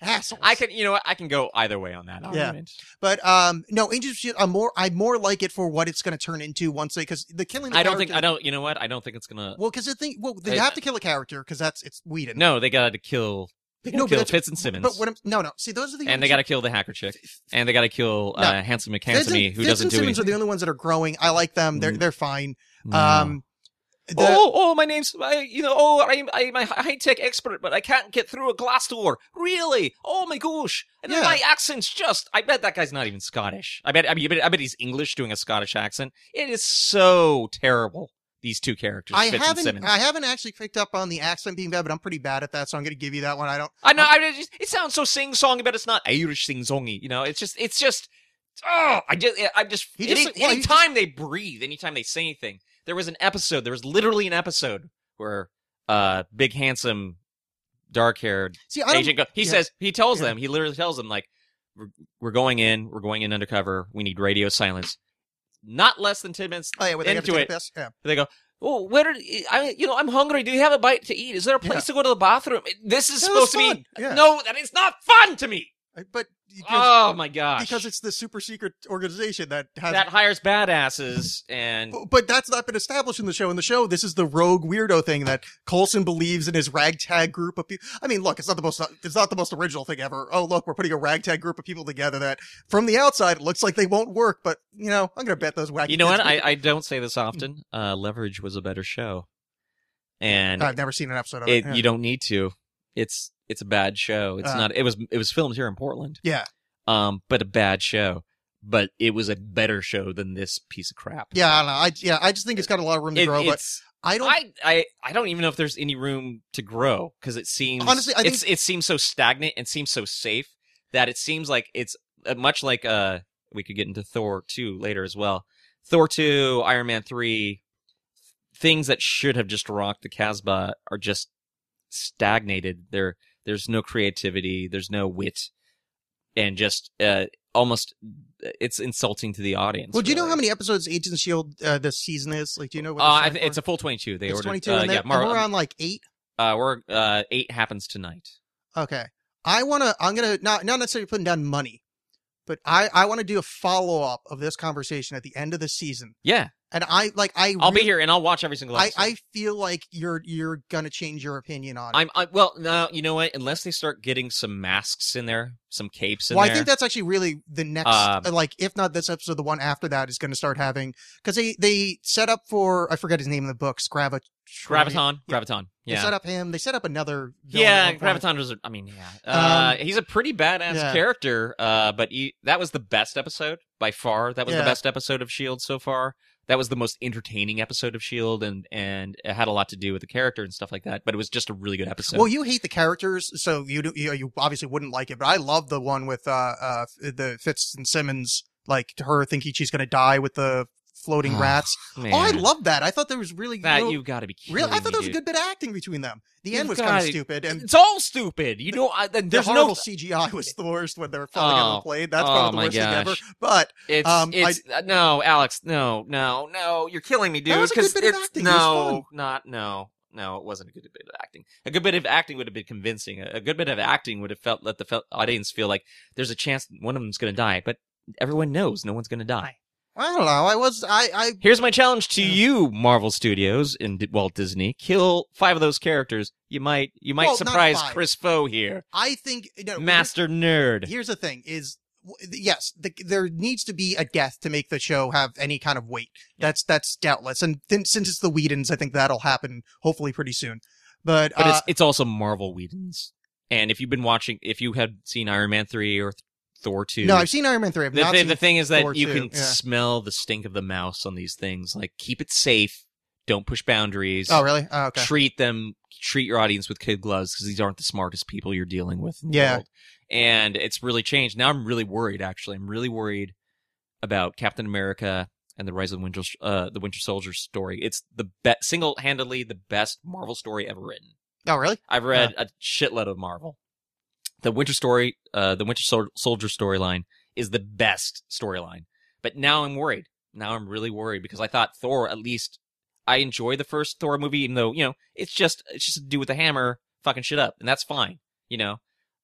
D: Assholes.
E: I can, you know, what, I can go either way on that
D: Yeah.
E: argument.
D: but um, no, Angels. of Shield, I'm more. I more like it for what it's going to turn into once they because the killing. The
E: I don't think I
D: character-
E: don't. You know what? I don't think it's gonna.
D: Well, because the thing. Well, they
E: I-
D: have to kill a character because that's it's Whedon.
E: No, they got to kill. They got
D: No,
E: to
D: but
E: kill
D: that's-
E: Fitz and Simmons,
D: But what I'm, no, no. See, those are the
E: and they got to kill the hacker chick, and they got to kill
D: No.
E: uh, Handsome
D: Fitz and-
E: McHandsome, who
D: Fitz
E: doesn't
D: and
E: do
D: Simmons
E: anything.
D: are the only ones that are growing. I like them. They're
E: Mm.
D: they're fine.
E: No.
D: Um, the-
E: oh, oh, my name's, I, you know, oh, I'm, I'm a high tech expert, but I can't get through a glass door. Really? Oh my gosh! And then
D: Yeah.
E: my accent's just—I bet that guy's not even Scottish. I bet, I mean, I bet, I bet he's English doing a Scottish accent. It is so terrible. These two characters,
D: I
E: Fitz and
D: haven't
E: Simmons.
D: I haven't actually picked up on the accent being bad, but I'm pretty bad at that, so I'm going to give you that one. I don't.
E: I know. I just, it sounds so sing songy, but it's not Irish sing songy. You know, it's just, it's just. Oh, I just, I'm just.
D: He just-
E: any,
D: well, he just-
E: anytime they breathe, anytime they say anything, there was an episode. There was literally an episode where uh, big handsome, dark haired
D: See, I don't.
E: agent. Go, he
D: yeah.
E: says he tells
D: Yeah.
E: them. He literally tells them like, we're, "We're going in. We're going in undercover. We need radio silence." Not less than ten minutes
D: oh, yeah, well, they gotta
E: into
D: take a
E: it.
D: piss. Yeah.
E: they go, "Oh, where are I? You know, I'm hungry. Do you have a bite to eat? Is there a place
D: Yeah.
E: to go to the bathroom? It- This is
D: That was
E: supposed to be
D: fun. Yeah.
E: no. That is not fun to me.
D: but because,
E: oh my gosh!
D: because it's the super secret organization that has.
E: that hires badasses and
D: Bu- but that's not been established in the show. In the show, this is the rogue weirdo thing that Colson believes in his ragtag group of people. I mean, look, it's not the most it's not the most original thing ever. Oh, look, we're putting a ragtag group of people together that, from the outside, it looks like they won't work. But you know, I'm gonna bet those wacky.
E: you know
D: kids
E: what? I, I don't say this often.
D: Hmm.
E: Uh, Leverage was a better show, and
D: I've never seen an episode of it.
E: it,
D: yeah.
E: you don't need to. It's it's a bad show. It's
D: Uh.
E: not. It was it was filmed here in Portland.
D: Yeah.
E: Um, but a bad show. But it was a better show than this piece of crap.
D: Yeah, I don't know. I yeah, I just think it's got a lot of room to
E: It-
D: grow, but
E: it's
D: I don't.
E: I, I I don't even know if there's any room to grow because it seems
D: Honestly, I think-
E: it's, it seems so stagnant and seems so safe that it seems like it's uh, much like uh we could get into Thor two later as well. Thor two, Iron Man three, things that should have just rocked the Casbah are just stagnated. There there's no creativity, there's no wit, and just uh almost it's insulting to the audience.
D: well, do you know
E: really.
D: how many episodes Agents of Shield E uh, this season is? Like, do you know? What
E: Uh,
D: the
E: I
D: site
E: th- it's
D: for?
E: a full twenty-two. They
D: It's
E: ordered
D: 22,
E: uh,
D: and they're-
E: yeah, Mar-
D: and we're on like eight.
E: Uh, we're uh, eight happens tonight.
D: Okay. I want to, I'm going to, not, not necessarily putting down money, but I, I want to do a follow up of this conversation at the end of the season.
E: Yeah,
D: And I, like,
E: I'll
D: I,
E: be
D: Oh, really-
E: here and I'll watch every single.
D: I,
E: Episode.
D: I feel like you're, you're going to change your opinion on it.
E: I'm I, well. No, you know what? Unless they start getting some masks in there, some capes in
D: well,
E: there.
D: I think that's actually really the next,
E: Um,
D: uh, like, if not this episode, the one after that is going to start having, because they, they set up for, I forget his name in the book, Scravit.
E: Graviton,
D: Yeah.
E: Graviton.
D: They
E: Yeah,
D: set up him. They set up another. villain at
E: yeah.
D: one point.
E: Graviton was. a- I mean, yeah. Uh, he's a pretty badass
D: Um, yeah.
E: character. Uh, but he, that was the best episode by far. That was
D: Yeah.
E: the best episode of Shield E so far. That was the most entertaining episode of Shield, E and and it had a lot to do with the character and stuff like that. But it was just a really good episode.
D: Well, you hate the characters, so you do, you, you obviously wouldn't like it. But I love the one with uh, uh the Fitz and Simmons, like to her thinking she's gonna die with the floating
E: Oh,
D: rats.
E: Man.
D: Oh, I love that. I thought there was really
E: that.
D: real-
E: you got to be kidding
D: real- I thought
E: me,
D: there was a
E: dude.
D: good bit of acting between them. The
E: You've
D: end was kind of
E: gotta-
D: stupid, and
E: It's all stupid. You know, I, the,
D: there's
E: there's
D: the
E: no.
D: horrible CGI was the worst when they were falling out of
E: Oh.
D: the plane. That's
E: Oh,
D: probably the
E: my
D: worst thing ever.
E: gosh.
D: But
E: It's,
D: Um,
E: it's uh, no, Alex. No, no, no. You're killing me, dude.
D: was a good
E: 'cause
D: bit of
E: it's-
D: acting. It was
E: No,
D: fun.
E: not no, no. It wasn't a good bit of acting. A good bit of acting would have been convincing. A, a good bit of acting would have felt let the fel- audience feel like there's a chance one of them's going to die, but everyone knows no one's going to die.
D: I don't know. I was I I
E: Here's my challenge to
D: Yeah.
E: you, Marvel Studios and D- Walt Disney: kill five of those characters. You might, you might
D: Well, not
E: surprise
D: five.
E: Chris Foe here,
D: I think no,
E: master nerd.
D: Here's the thing: is w- yes, the, there needs to be a death to make the show have any kind of weight. That's that's doubtless, and then since it's the Whedons, I think that'll happen hopefully pretty soon. But,
E: But
D: uh,
E: it's it's also Marvel Whedon's. And if you've been watching, if you had seen Iron Man three or th- Thor two,
D: no, I've seen Iron Man three. I've
E: the,
D: not
E: thi-
D: seen.
E: the thing is that
D: Thor
E: you
D: 2,
E: can
D: yeah.
E: smell the stink of the mouse on these things. Like keep it safe, don't push boundaries.
D: oh, really? Oh, okay.
E: Treat them, treat your audience with kid gloves because these aren't the smartest people you're dealing with. in the
D: Yeah.
E: world. and it's really changed. Now I'm really worried. Actually, I'm really worried about Captain America and the Rise of the Winter, uh, the Winter Soldier story. It's the be- single handedly the best Marvel story ever written.
D: Oh, really?
E: I've read a shitload of Marvel. The Winter Story, uh, the Winter Sol- Soldier storyline is the best storyline. But now I'm worried. Now I'm really worried because I thought Thor, at least, I enjoy the first Thor movie, even though you know it's just it's just a dude with a hammer fucking shit up, and that's fine. You know,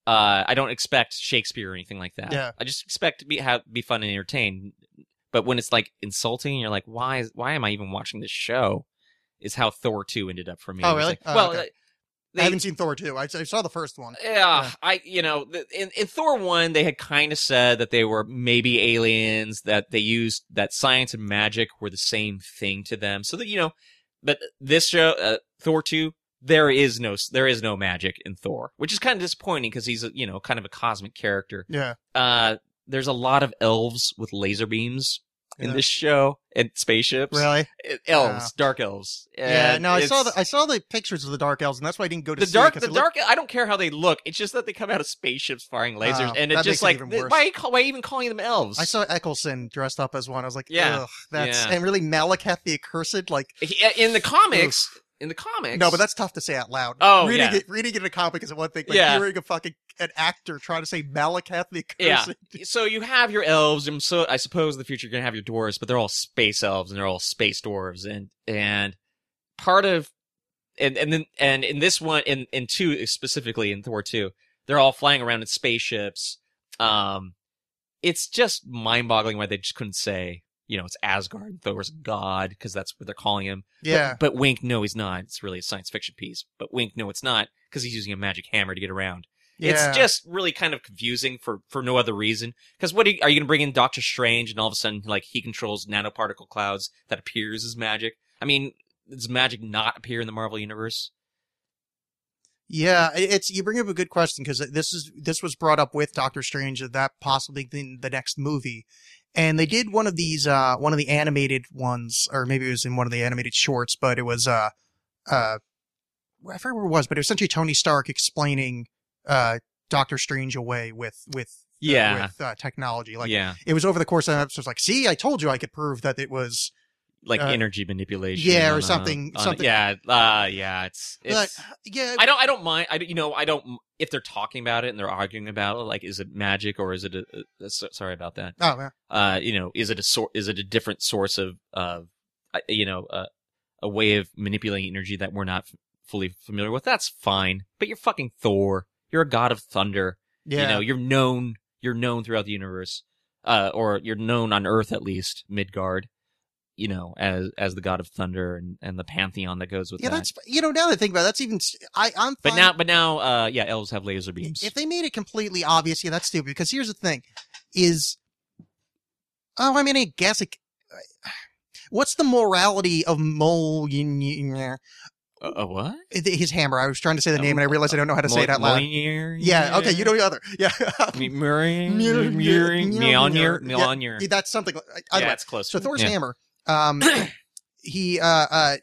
E: uh, I don't expect Shakespeare or anything like that.
D: Yeah.
E: I just expect to be have, be fun and entertained. But when it's like insulting, you're like, why is why am I even watching this show? Is how Thor two ended up for me.
D: Oh,
E: It was
D: really?
E: like-
D: Oh,
E: well,
D: okay.
E: uh, they-
D: I haven't seen Thor two. I, I saw the first one.
E: yeah, I you know th- in, in Thor one they had kind of said that they were maybe aliens that they used that science and magic were the same thing to them. So that you know, but this show uh, Thor two there is no s- there is no magic in Thor, which is kind of disappointing because he's a, you know kind of a cosmic character.
D: Yeah.
E: Uh, there's a lot of elves with laser beams in
D: Yeah.
E: this show and spaceships.
D: Really?
E: Uh, Elves, dark elves.
D: Yeah.
E: And
D: No, I saw the
E: it's-
D: I saw the pictures of the dark elves, and that's why I didn't go to
E: the
D: see it,
E: dark,
D: 'cause
E: the
D: it looked-
E: dark. I don't care how they look. It's just that they come out of spaceships firing lasers,
D: Oh,
E: and
D: that
E: it's
D: makes
E: just
D: it
E: like
D: even
E: th-
D: worse.
E: why, are you call, why are you even calling them elves?
D: I saw Eccleston dressed up as one. I was like,
E: Yeah.
D: Ugh, that's
E: Yeah.
D: and really Malekith the accursed. Like,
E: He- in the comics. In the comics,
D: No, but that's tough to say out loud.
E: Oh,
D: reading
E: yeah.
D: it, reading it in a comic is one thing, but
E: Yeah.
D: hearing a fucking an actor trying to say Malakath the
E: Yeah.
D: Accursed.
E: so you have your elves, and so I suppose in the future you're gonna have your dwarves, but they're all space elves and they're all space dwarves, and and part of and and then and in this one in in two specifically in Thor two, they're all flying around in spaceships. Um, it's just mind boggling why they just couldn't say you know it's Asgard and Thor's god because that's what they're calling him. But-
D: <laughs> Yeah.
E: But, Wink, no, he's not. It's really a science fiction piece. But Wink, no, it's not because he's using a magic hammer to get around.
D: yeah.
E: It's just really kind of confusing for for no other reason. Because what are you, are you going to bring in Doctor Strange and all of a sudden like he controls nanoparticle clouds that appears as magic? I mean, does magic not appear in the Marvel universe?
D: yeah. it- It's you bring up a good question because this is this was brought up with Doctor Strange that that possibly in the next movie, and they did one of these uh one of the animated ones or maybe it was in one of the animated shorts, but it was uh uh I forget where it was, but it was essentially Tony Stark explaining uh Doctor Strange away with with with uh, technology like.
E: yeah,
D: it was over the course of an episode. It's like, see, I told you I could prove that it was.
E: like
D: uh,
E: energy manipulation.
D: yeah, or
E: on a-
D: something-
E: on a-
D: something-
E: Yeah, uh, yeah. It's, it's
D: But, yeah,
E: I don't. I don't mind. I don't- you know. I don't. If they're talking about it and they're arguing about it, like, is it magic or is it? A, a, so- sorry about that.
D: oh, yeah.
E: uh, you know, is it a sor- is it a different source of of uh, you know uh, a way of manipulating energy that we're not f- fully familiar with. That's fine. But you're fucking Thor. You're a god of thunder.
D: Yeah.
E: You know, you're known. You're known throughout the universe, uh, or you're known on Earth at least, Midgard. You know, as as the god of thunder and, and the pantheon that goes with
D: yeah,
E: that.
D: that's you know now that I think about it, that's even s- I I'm
E: but
D: fine-
E: now, but now, uh, yeah, elves have laser beams.
D: If they made it completely obvious, yeah, that's stupid. Because here's the thing: is oh, I mean, I guess it. uh, What's the morality of Mol? His
E: Uh, uh, what?
D: hammer. I was trying to
E: Oh,
D: say the name, and I realized I don't know how to say it out
E: Mol-
D: loud.
E: Mjolnir?
D: Yeah. Okay. You know the other. <laughs> Yeah.
E: M- Mjolnir?
D: Mjolnir.
E: Mjolnir?
D: Mjolnir.
E: Mjolnir? Mjolnir.
D: Yeah, That's something.
E: Yeah,
D: Either way.
E: that's close.
D: So Thor's
E: yeah.
D: hammer. Um, <coughs> he uh uh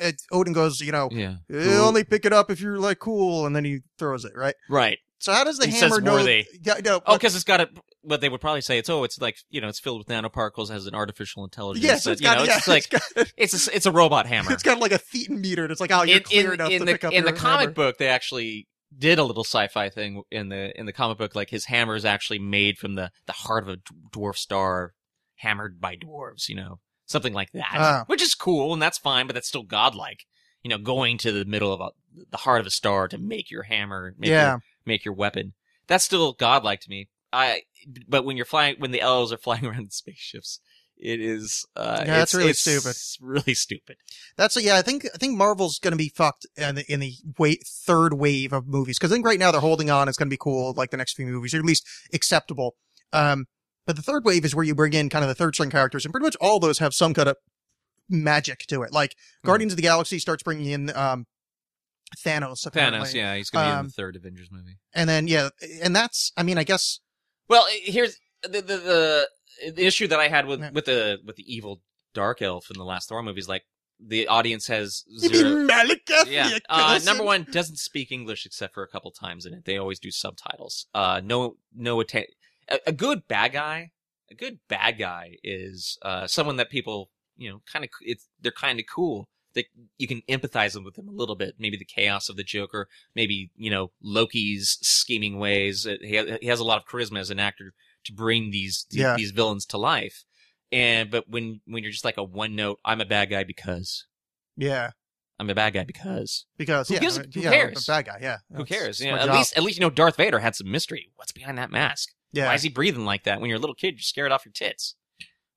D: uh, Odin goes, you know,
E: Yeah.
D: "Eh, only pick it up if you're like cool, and then he throws it right.
E: Right.
D: So how does the
E: He says
D: hammer know?
E: worthy.
D: Yeah, no,
E: Oh, because it's got a. But they would probably say it's oh, it's like you know, it's filled with nanoparticles, has an artificial intelligence.
D: yes,
E: that,
D: it's
E: you
D: got,
E: know,
D: yeah,
E: it's like
D: it's got, <laughs>
E: it's a, it's a robot hammer.
D: It's got like a thetan meter. And it's like, oh, you're
E: in, in-
D: clear enough
E: in
D: to
E: the,
D: pick up
E: in
D: your
E: the comic
D: hammer.
E: book, they actually did a little sci-fi thing in the in the comic book. Like his hammer is actually made from the the heart of a d- dwarf star, hammered by dwarves. You know, something like that,
D: Ah.
E: which is cool and that's fine, but that's still godlike. You know, going to the middle of a, the heart of a star to make your hammer, make your
D: Yeah,
E: make your weapon. That's still godlike to me. I but when you're flying when the elves are <laughs> flying around in spaceships, it is uh
D: Yeah,
E: it's-
D: that's really
E: it's Really stupid.
D: that's yeah. I think I think Marvel's gonna be fucked in the, in the wait, third wave of movies because I think right now they're holding on. It's gonna be cool, like the next few movies, or at least acceptable. Um, but the third wave is where you bring in kind of the third string characters, and pretty much all those have some kind of magic to it. Like
E: Mm-hmm.
D: Guardians of the Galaxy starts bringing in um, Thanos, apparently.
E: Thanos, yeah, he's gonna be in
D: Um,
E: the third Avengers movie.
D: and then yeah, and that's I mean I guess
E: Well, i- here's the the the, the issue that I had with
D: Yeah.
E: with the with the evil dark elf in the last Thor movie is like the audience has
D: you
E: zero.
D: mean <laughs> Malekith?
E: Yeah.
D: you
E: Uh,
D: cousin?
E: number one doesn't speak English except for a couple times in it. They always do subtitles. Uh, no, no atten- a, a good bad guy. A good bad guy is uh, someone that people you know kind of it's they're kind of cool. That you can empathize with them a little bit. Maybe the chaos of the Joker. Maybe you know Loki's scheming ways. Uh, He ha- he has a lot of charisma as an actor to bring these these,
D: Yeah.
E: these villains to life. And but when when you're just like a one note, I'm a bad guy because
D: Yeah,
E: I'm a bad guy because
D: because
E: Who
D: yeah,
E: gives a-
D: I mean,
E: who
D: yeah,
E: cares?
D: the bad guy. Yeah,
E: Who
D: That's-
E: cares?
D: that's
E: You know,
D: my
E: at
D: job.
E: least, at least you know Darth Vader had some mystery. What's behind that mask?
D: yeah.
E: Why is he breathing like that? When you're a little kid, you're scared off your tits.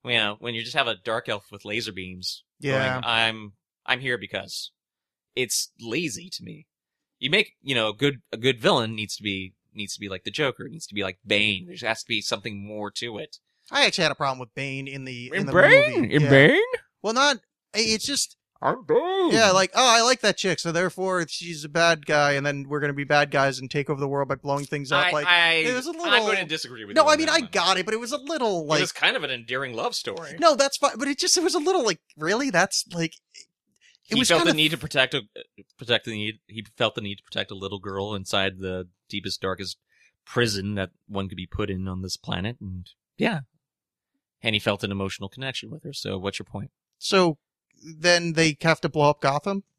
E: You know, when you just have a dark elf with laser beams. going,
D: Yeah.
E: I'm I'm here because it's lazy to me. You make you know a good a good villain needs to be needs to be like the Joker. It needs to be like Bane. There has to be something more to it.
D: I actually had a problem with Bane in the in, the movie. Yeah.
E: Bane,
D: Well, not. It's just
E: I'm Bane.
D: yeah, like oh, I like that chick, so therefore she's a bad guy, and then we're gonna be bad guys and take over the world by blowing things up.
E: I,
D: like
E: I,
D: it was a
E: I'm
D: little-
E: going to disagree with
D: no,
E: you.
D: I
E: on
D: mean
E: that
D: I
E: one.
D: got it, but it was a little
E: it
D: like
E: was kind of an endearing love story.
D: no, that's fine, but it just it was a little like really that's like it
E: he
D: was
E: felt
D: kind
E: the
D: of
E: need to protect a protect the need. He felt the need to protect a little girl inside the deepest, darkest prison that one could be put in on this planet, and yeah, and he felt an emotional connection with her. So, what's your point?
D: so. Then they have to blow up Gotham. <laughs>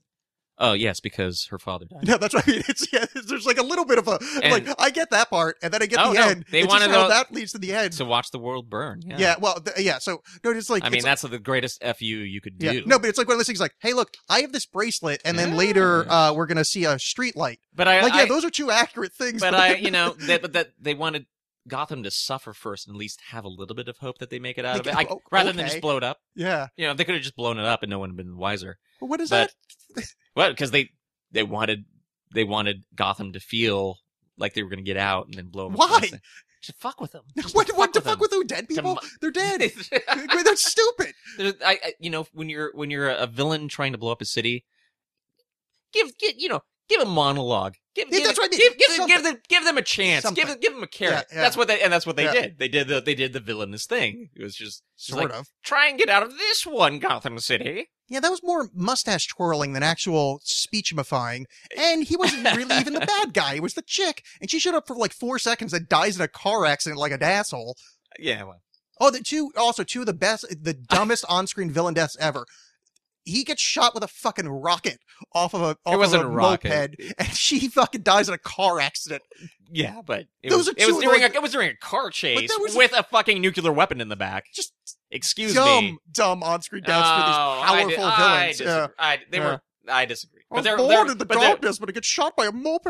E: Oh, yes, because her father died.
D: No, that's what I mean. It's yeah. There's like a little bit of a like.
E: And-
D: I get that part, and then I get
E: Oh,
D: the
E: no,
D: end.
E: they
D: It's just
E: wanted
D: how
E: to-
D: that leads to the end.
E: To watch the world burn. Yeah.
D: yeah. Well. Th- yeah. So no, it's like
E: I
D: it's
E: mean, that's the greatest fu you could do.
D: Yeah. No, but it's like one of those things like, hey, look, I have this bracelet, and then
E: Yeah.
D: later uh, we're going to see a street light.
E: but I,
D: Like, yeah,
E: I-
D: those are two accurate things.
E: but
D: <laughs>
E: I, you know, that, but that they wanted Gotham to suffer first and at least have a little bit of hope that they make it out
D: Like,
E: of it, I,
D: oh,
E: rather than
D: okay.
E: just blow it up.
D: Yeah.
E: You know, they could have just blown it up and no one would have been wiser.
D: Well, what is
E: But-
D: that?
E: Well, because they they wanted they wanted Gotham to feel like they were going to get out and then blow. Them
D: Why?
E: Just fuck with them. Just
D: <laughs> What,
E: to
D: what the
E: fuck
D: fuck with those dead people?
E: mu-
D: They're
E: <laughs>
D: dead.
E: them. <laughs>
D: They're stupid.
E: There's- I, I, you know, when you're when you're a villain trying to blow up a city, give get you know give a monologue. Give,
D: Yeah,
E: give
D: that's
E: it-
D: what I mean.
E: Give, give, them,
D: Something.
E: give them give them a chance.
D: Something.
E: Give them give them a carrot.
D: Yeah, yeah.
E: That's what they and that's what they
D: Yeah.
E: did. They did the they did the villainous thing. It was just it's
D: Sort
E: like,
D: of.
E: try and get out of this one Gotham City.
D: Yeah, that was more mustache twirling than actual speechifying. And he wasn't really even
E: <laughs>
D: the bad guy. He was the chick. And she showed up for like four seconds and dies in a car accident like an asshole.
E: Yeah, well,
D: Oh, the two also two of the best, the
E: <laughs>
D: dumbest on-screen villain deaths ever. He gets shot with a fucking rocket off of a off
E: wasn't
D: of
E: a
D: a
E: rocket.
D: moped, and she fucking dies in a car accident.
E: yeah, but it was
D: Those are
E: it was
D: two
E: during a,
D: annoying-
E: it was during a car chase
D: there was a-
E: with a fucking nuclear weapon in the back.
D: Just
E: Excuse
D: dumb,
E: me.
D: dumb on-screen deaths
E: Oh,
D: for these powerful
E: I, di- I
D: villains. Yeah.
E: disagree. I, they
D: Yeah.
E: were. I disagree.
D: I was
E: they're-
D: born
E: they're-
D: in the
E: but they're-
D: darkness, but I get shot by a moped.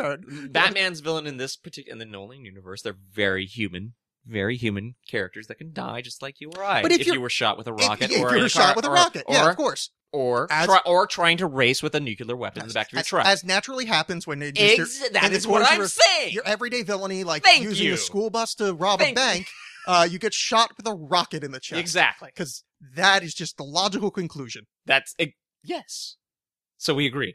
E: Batman's villain in this particular in the Nolan universe, they're very human, very human characters that can die just like you or I.
D: But if
E: you
D: you're-
E: were shot with a
D: If-
E: rocket,
D: if
E: or
D: you
E: in
D: were
E: a
D: shot
E: car,
D: with a
E: or,
D: rocket.
E: or
D: yeah, of course.
E: or
D: As-
E: try- or trying to race with a nuclear weapon in the back of your
D: as,
E: truck.
D: as naturally happens when they just your-
E: Ex- that
D: and
E: is
D: it's
E: what
D: one of
E: I'm
D: your-
E: saying.
D: your everyday villainy, like
E: Thank
D: using
E: you.
D: a school bus to rob
E: Thank-
D: a bank, uh, you get shot with a rocket
E: <laughs>
D: in the chest.
E: Exactly.
D: Because that is just the logical conclusion.
E: That's ex- yes. So we agree.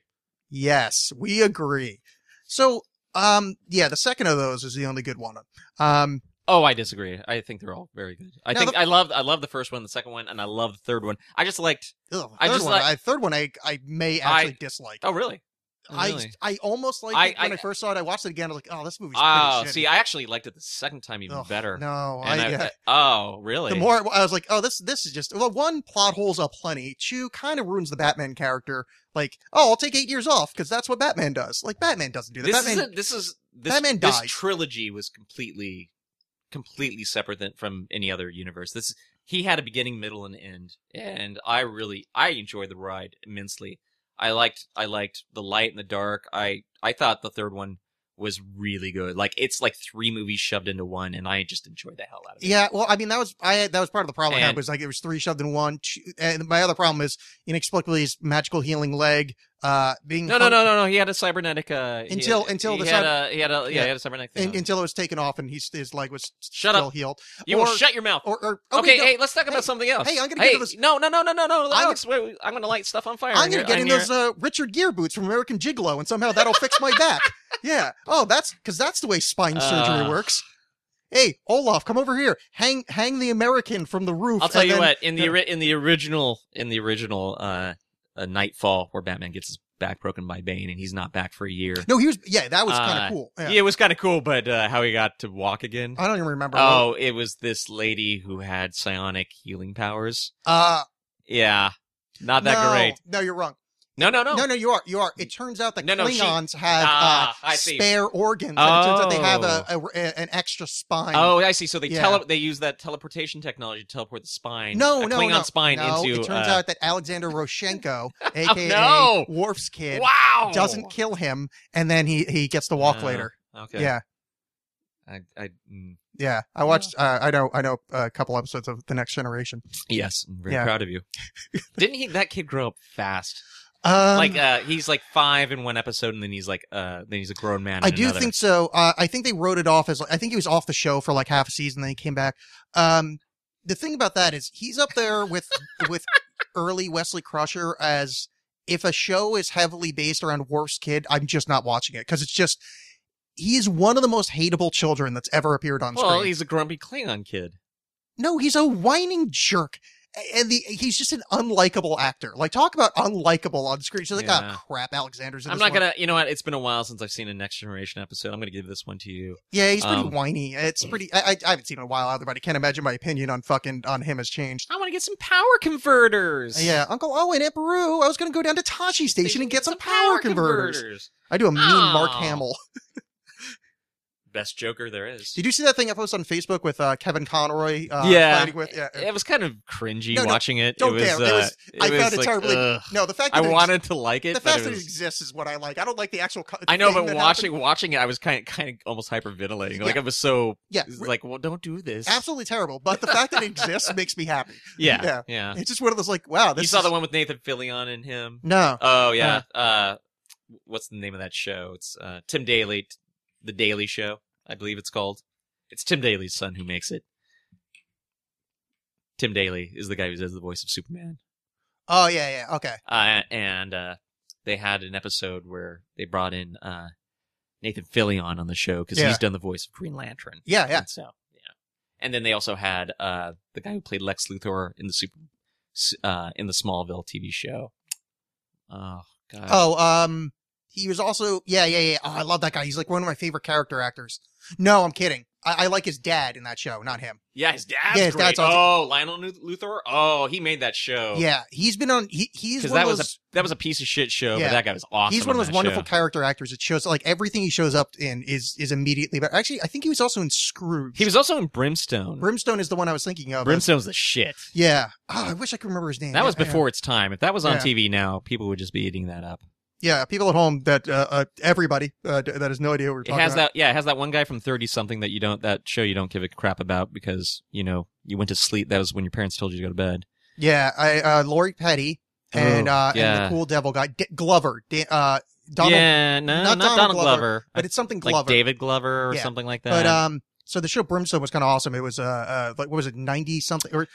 D: Yes, we agree. So, um, yeah, the second of those is the only good one. Um,
E: Oh, I disagree. I think they're all very good. I
D: Now
E: think
D: the-
E: I love I love the first one, the second one, and I love the third one. I just liked.
D: ugh,
E: I
D: third
E: just
D: one,
E: like-
D: I, third one, I I may
E: I-
D: actually dislike.
E: Oh, really?
D: I I almost liked
E: I-
D: it when
E: I-
D: I, first saw it. I watched it again. I was like, oh, this movie's
E: Oh,
D: pretty shitty.
E: see, I actually liked it the second time even
D: Ugh,
E: better.
D: No,
E: And
D: I,
E: I-
D: yeah.
E: oh, really?
D: the more I was like, oh, this this is just well, one plot holes up plenty. Two kind of ruins the Batman character. Like, oh, I'll take eight years off because that's what Batman does. Like Batman doesn't do that.
E: this
D: Batman,
E: is a, this is this,
D: Batman
E: this
D: died.
E: trilogy was completely completely separate than, from any other universe. This he had a beginning, middle, and end, and I really I enjoyed the ride immensely. I liked I liked the light and the dark. I I thought the third one was really good. Like it's like three movies shoved into one, and I just enjoyed the hell out of it.
D: yeah, well, I mean, that was I had- that was part of the problem I
E: And-
D: had was like it was three shoved in one. Two, and my other problem is inexplicably his magical healing leg uh being
E: No, no, no, no, no. He had a cybernetic. Uh, he
D: Until-
E: had-
D: until
E: he
D: the
E: had
D: cyber-
E: a he had a yeah,
D: Yeah.
E: he had a cybernetic. Thing
D: un-
E: on.
D: until it was taken off and he's, his leg was
E: Shut
D: still
E: up!
D: healed.
E: You will
D: or-
E: shut your mouth.
D: Or, or
E: Okay,
D: no,
E: hey, let's talk
D: hey,
E: about something else.
D: hey, I'm gonna
E: hey,
D: get into this-
E: No, no, no, no, no, no.
D: I'm-
E: Alex, wait, wait, I'm gonna light stuff on fire.
D: I'm
E: in
D: gonna
E: here-
D: get in
E: here.
D: those uh, Richard Gere boots from American Gigolo, and somehow that'll fix my
E: <laughs>
D: back. Yeah. Oh, that's because that's the way spine surgery
E: Uh.
D: works. Hey, Olaf, come over here. Hang, hang the American from the roof.
E: I'll tell
D: and
E: you
D: then-
E: what. In the
D: Yeah.
E: ori- in the original in the original uh, uh, Nightfall, where Batman gets his back broken by Bane, and he's not back for a year.
D: No, he was. Yeah, that was kind
E: Uh,
D: of cool. Yeah.
E: Yeah, it was kind of cool, but uh, how he got to walk again.
D: I don't even remember. what-
E: Oh, it was this lady who had psionic healing powers.
D: uh,
E: Yeah, not that
D: no,
E: great.
D: No, you're wrong.
E: No, no, no.
D: No, no, you are. You are. It turns out that
E: No, no, she-
D: Klingons have
E: Ah,
D: uh,
E: I see.
D: spare organs. and it turns out they have
E: Oh.
D: a, a- an extra spine.
E: Oh, I see. So they
D: Yeah.
E: tele- they use that teleportation technology to teleport the spine,
D: No,
E: a
D: no,
E: Klingon
D: no,
E: spine
D: no,
E: into.
D: It turns
E: uh, Oh,
D: out that
E: <laughs>
D: Alexander Roshenko, aka
E: no.
D: Worf's kid,
E: wow,
D: doesn't kill him, and then he he gets to walk
E: Oh,
D: later.
E: Okay.
D: Yeah,
E: I, I, mm,
D: yeah. I watched. Uh, I know. I know a couple episodes of The Next Generation.
E: yes, I'm very
D: Yeah.
E: proud of you. <laughs> Didn't he? That kid grow up fast.
D: Um,
E: like uh, he's like five in one episode, and then he's like uh, then he's a grown man.
D: I
E: in
D: do
E: another.
D: think so. Uh, I think they wrote it off as. I think he was off the show for like half a season, then he came back. Um, the thing about that is he's up there with with early Wesley Crusher as if a show is heavily based around Worf's kid, I'm just not watching it because it's just he is one of the most hateable children that's ever appeared on
E: Well,
D: screen.
E: he's a grumpy Klingon kid.
D: No, he's a whining jerk. And the, he's just an unlikable actor. Like, talk about unlikable on screen. She's like,
E: Yeah.
D: oh, crap, Alexander's in
E: I'm
D: this
E: not
D: one."
E: gonna. You know what? It's been a while since I've seen a Next Generation episode. I'm gonna give this one to you.
D: Yeah, he's pretty
E: um,
D: whiny. It's pretty. I, I, I haven't seen it in a while either, but I can't imagine my opinion on fucking on him has changed.
E: I want to get some power converters.
D: Uh, Yeah, Uncle Owen at Peru. I was gonna go down to Tashi Station and get some power, converters. I do a mean Mark
E: Aw.
D: Hamill.
E: Best Joker there is.
D: Did you see that thing I posted on Facebook with uh, Kevin Conroy? Uh,
E: Yeah.
D: fighting with yeah.
E: it was kind of cringy
D: No, no,
E: watching it.
D: don't
E: it was,
D: care. It
E: Uh,
D: was- I found it
E: like,
D: terribly- <laughs>
E: ugh.
D: No, the fact
E: I
D: that it,
E: wanted to like it,
D: the
E: but
D: fact
E: it
D: that it
E: was-
D: exists is what I like. I don't like the actual. co-
E: <laughs> I know,
D: thing
E: but
D: that happened.
E: watching watching it, I was kind of kind of almost hyperventilating. Like
D: Yeah. Uh,
E: I was so
D: Yeah,
E: it was like, well, don't do this.
D: absolutely terrible. But the fact that it exists makes me happy.
E: <laughs> Yeah, yeah.
D: Yeah. It's just one of those like, wow,
E: You
D: this
E: saw
D: is-
E: the one with Nathan Fillion and him.
D: No.
E: Oh yeah. Uh, what's the name of that show? It's uh, Tim Daly, t- The Daily Show, I believe it's called. It's Tim Daly's son who makes it. Tim Daly is the guy who does the voice of Superman.
D: Oh yeah, yeah. Okay.
E: uh, and uh, they had an episode where they brought in uh, Nathan Fillion on the show because
D: Yeah.
E: he's done the voice of Green Lantern.
D: Yeah, yeah.
E: And so yeah, and then they also had uh, the guy who played Lex Luthor in the super s- uh, in the Smallville TV show. Oh God!
D: Oh, um, he was also yeah, yeah, yeah. Oh, I love that guy. He's like one of my favorite character actors. No, I'm kidding. I, I like his dad in that show, not him.
E: yeah, his dad's
D: Yeah, his
E: great.
D: dad's awesome.
E: Oh, Lionel Nu- Luthor. Oh, he made that show.
D: Yeah, he's been on. He, he's
E: because
D: one
E: that
D: of
E: was
D: those.
E: a that was a piece of shit show,
D: Yeah.
E: but that guy was awesome.
D: He's one
E: on
D: of those
E: that
D: wonderful
E: show.
D: character actors. It shows like everything he shows up in is is immediately. But actually, I think he was also in Scrooge.
E: He was also in Brimstone.
D: Brimstone is the one I was thinking of.
E: Brimstone's the shit.
D: Yeah. Oh, I wish I could remember his name.
E: That was
D: Yeah, yeah.
E: before its time. If that was on
D: Yeah.
E: TV now, people would just be eating that up.
D: Yeah, people at home that uh, uh, everybody uh, d- that has no idea what we're
E: It
D: talking
E: has
D: about.
E: that yeah, it has that one guy from 30 something that you don't that show you don't give a crap about because, you know, you went to sleep that was when your parents told you to go to bed.
D: Yeah, I uh, Lori Petty and
E: Oh,
D: uh, and
E: yeah.
D: the cool devil guy D- Glover, D- uh, Donald,
E: yeah, no, not,
D: not Donald
E: Donald,
D: Glover,
E: Glover. Uh,
D: but it's something
E: like
D: Glover.
E: David Glover or
D: Yeah.
E: something like that.
D: But um, so the show Brimstone was kind of awesome. It was uh, uh like what was it, ninety something or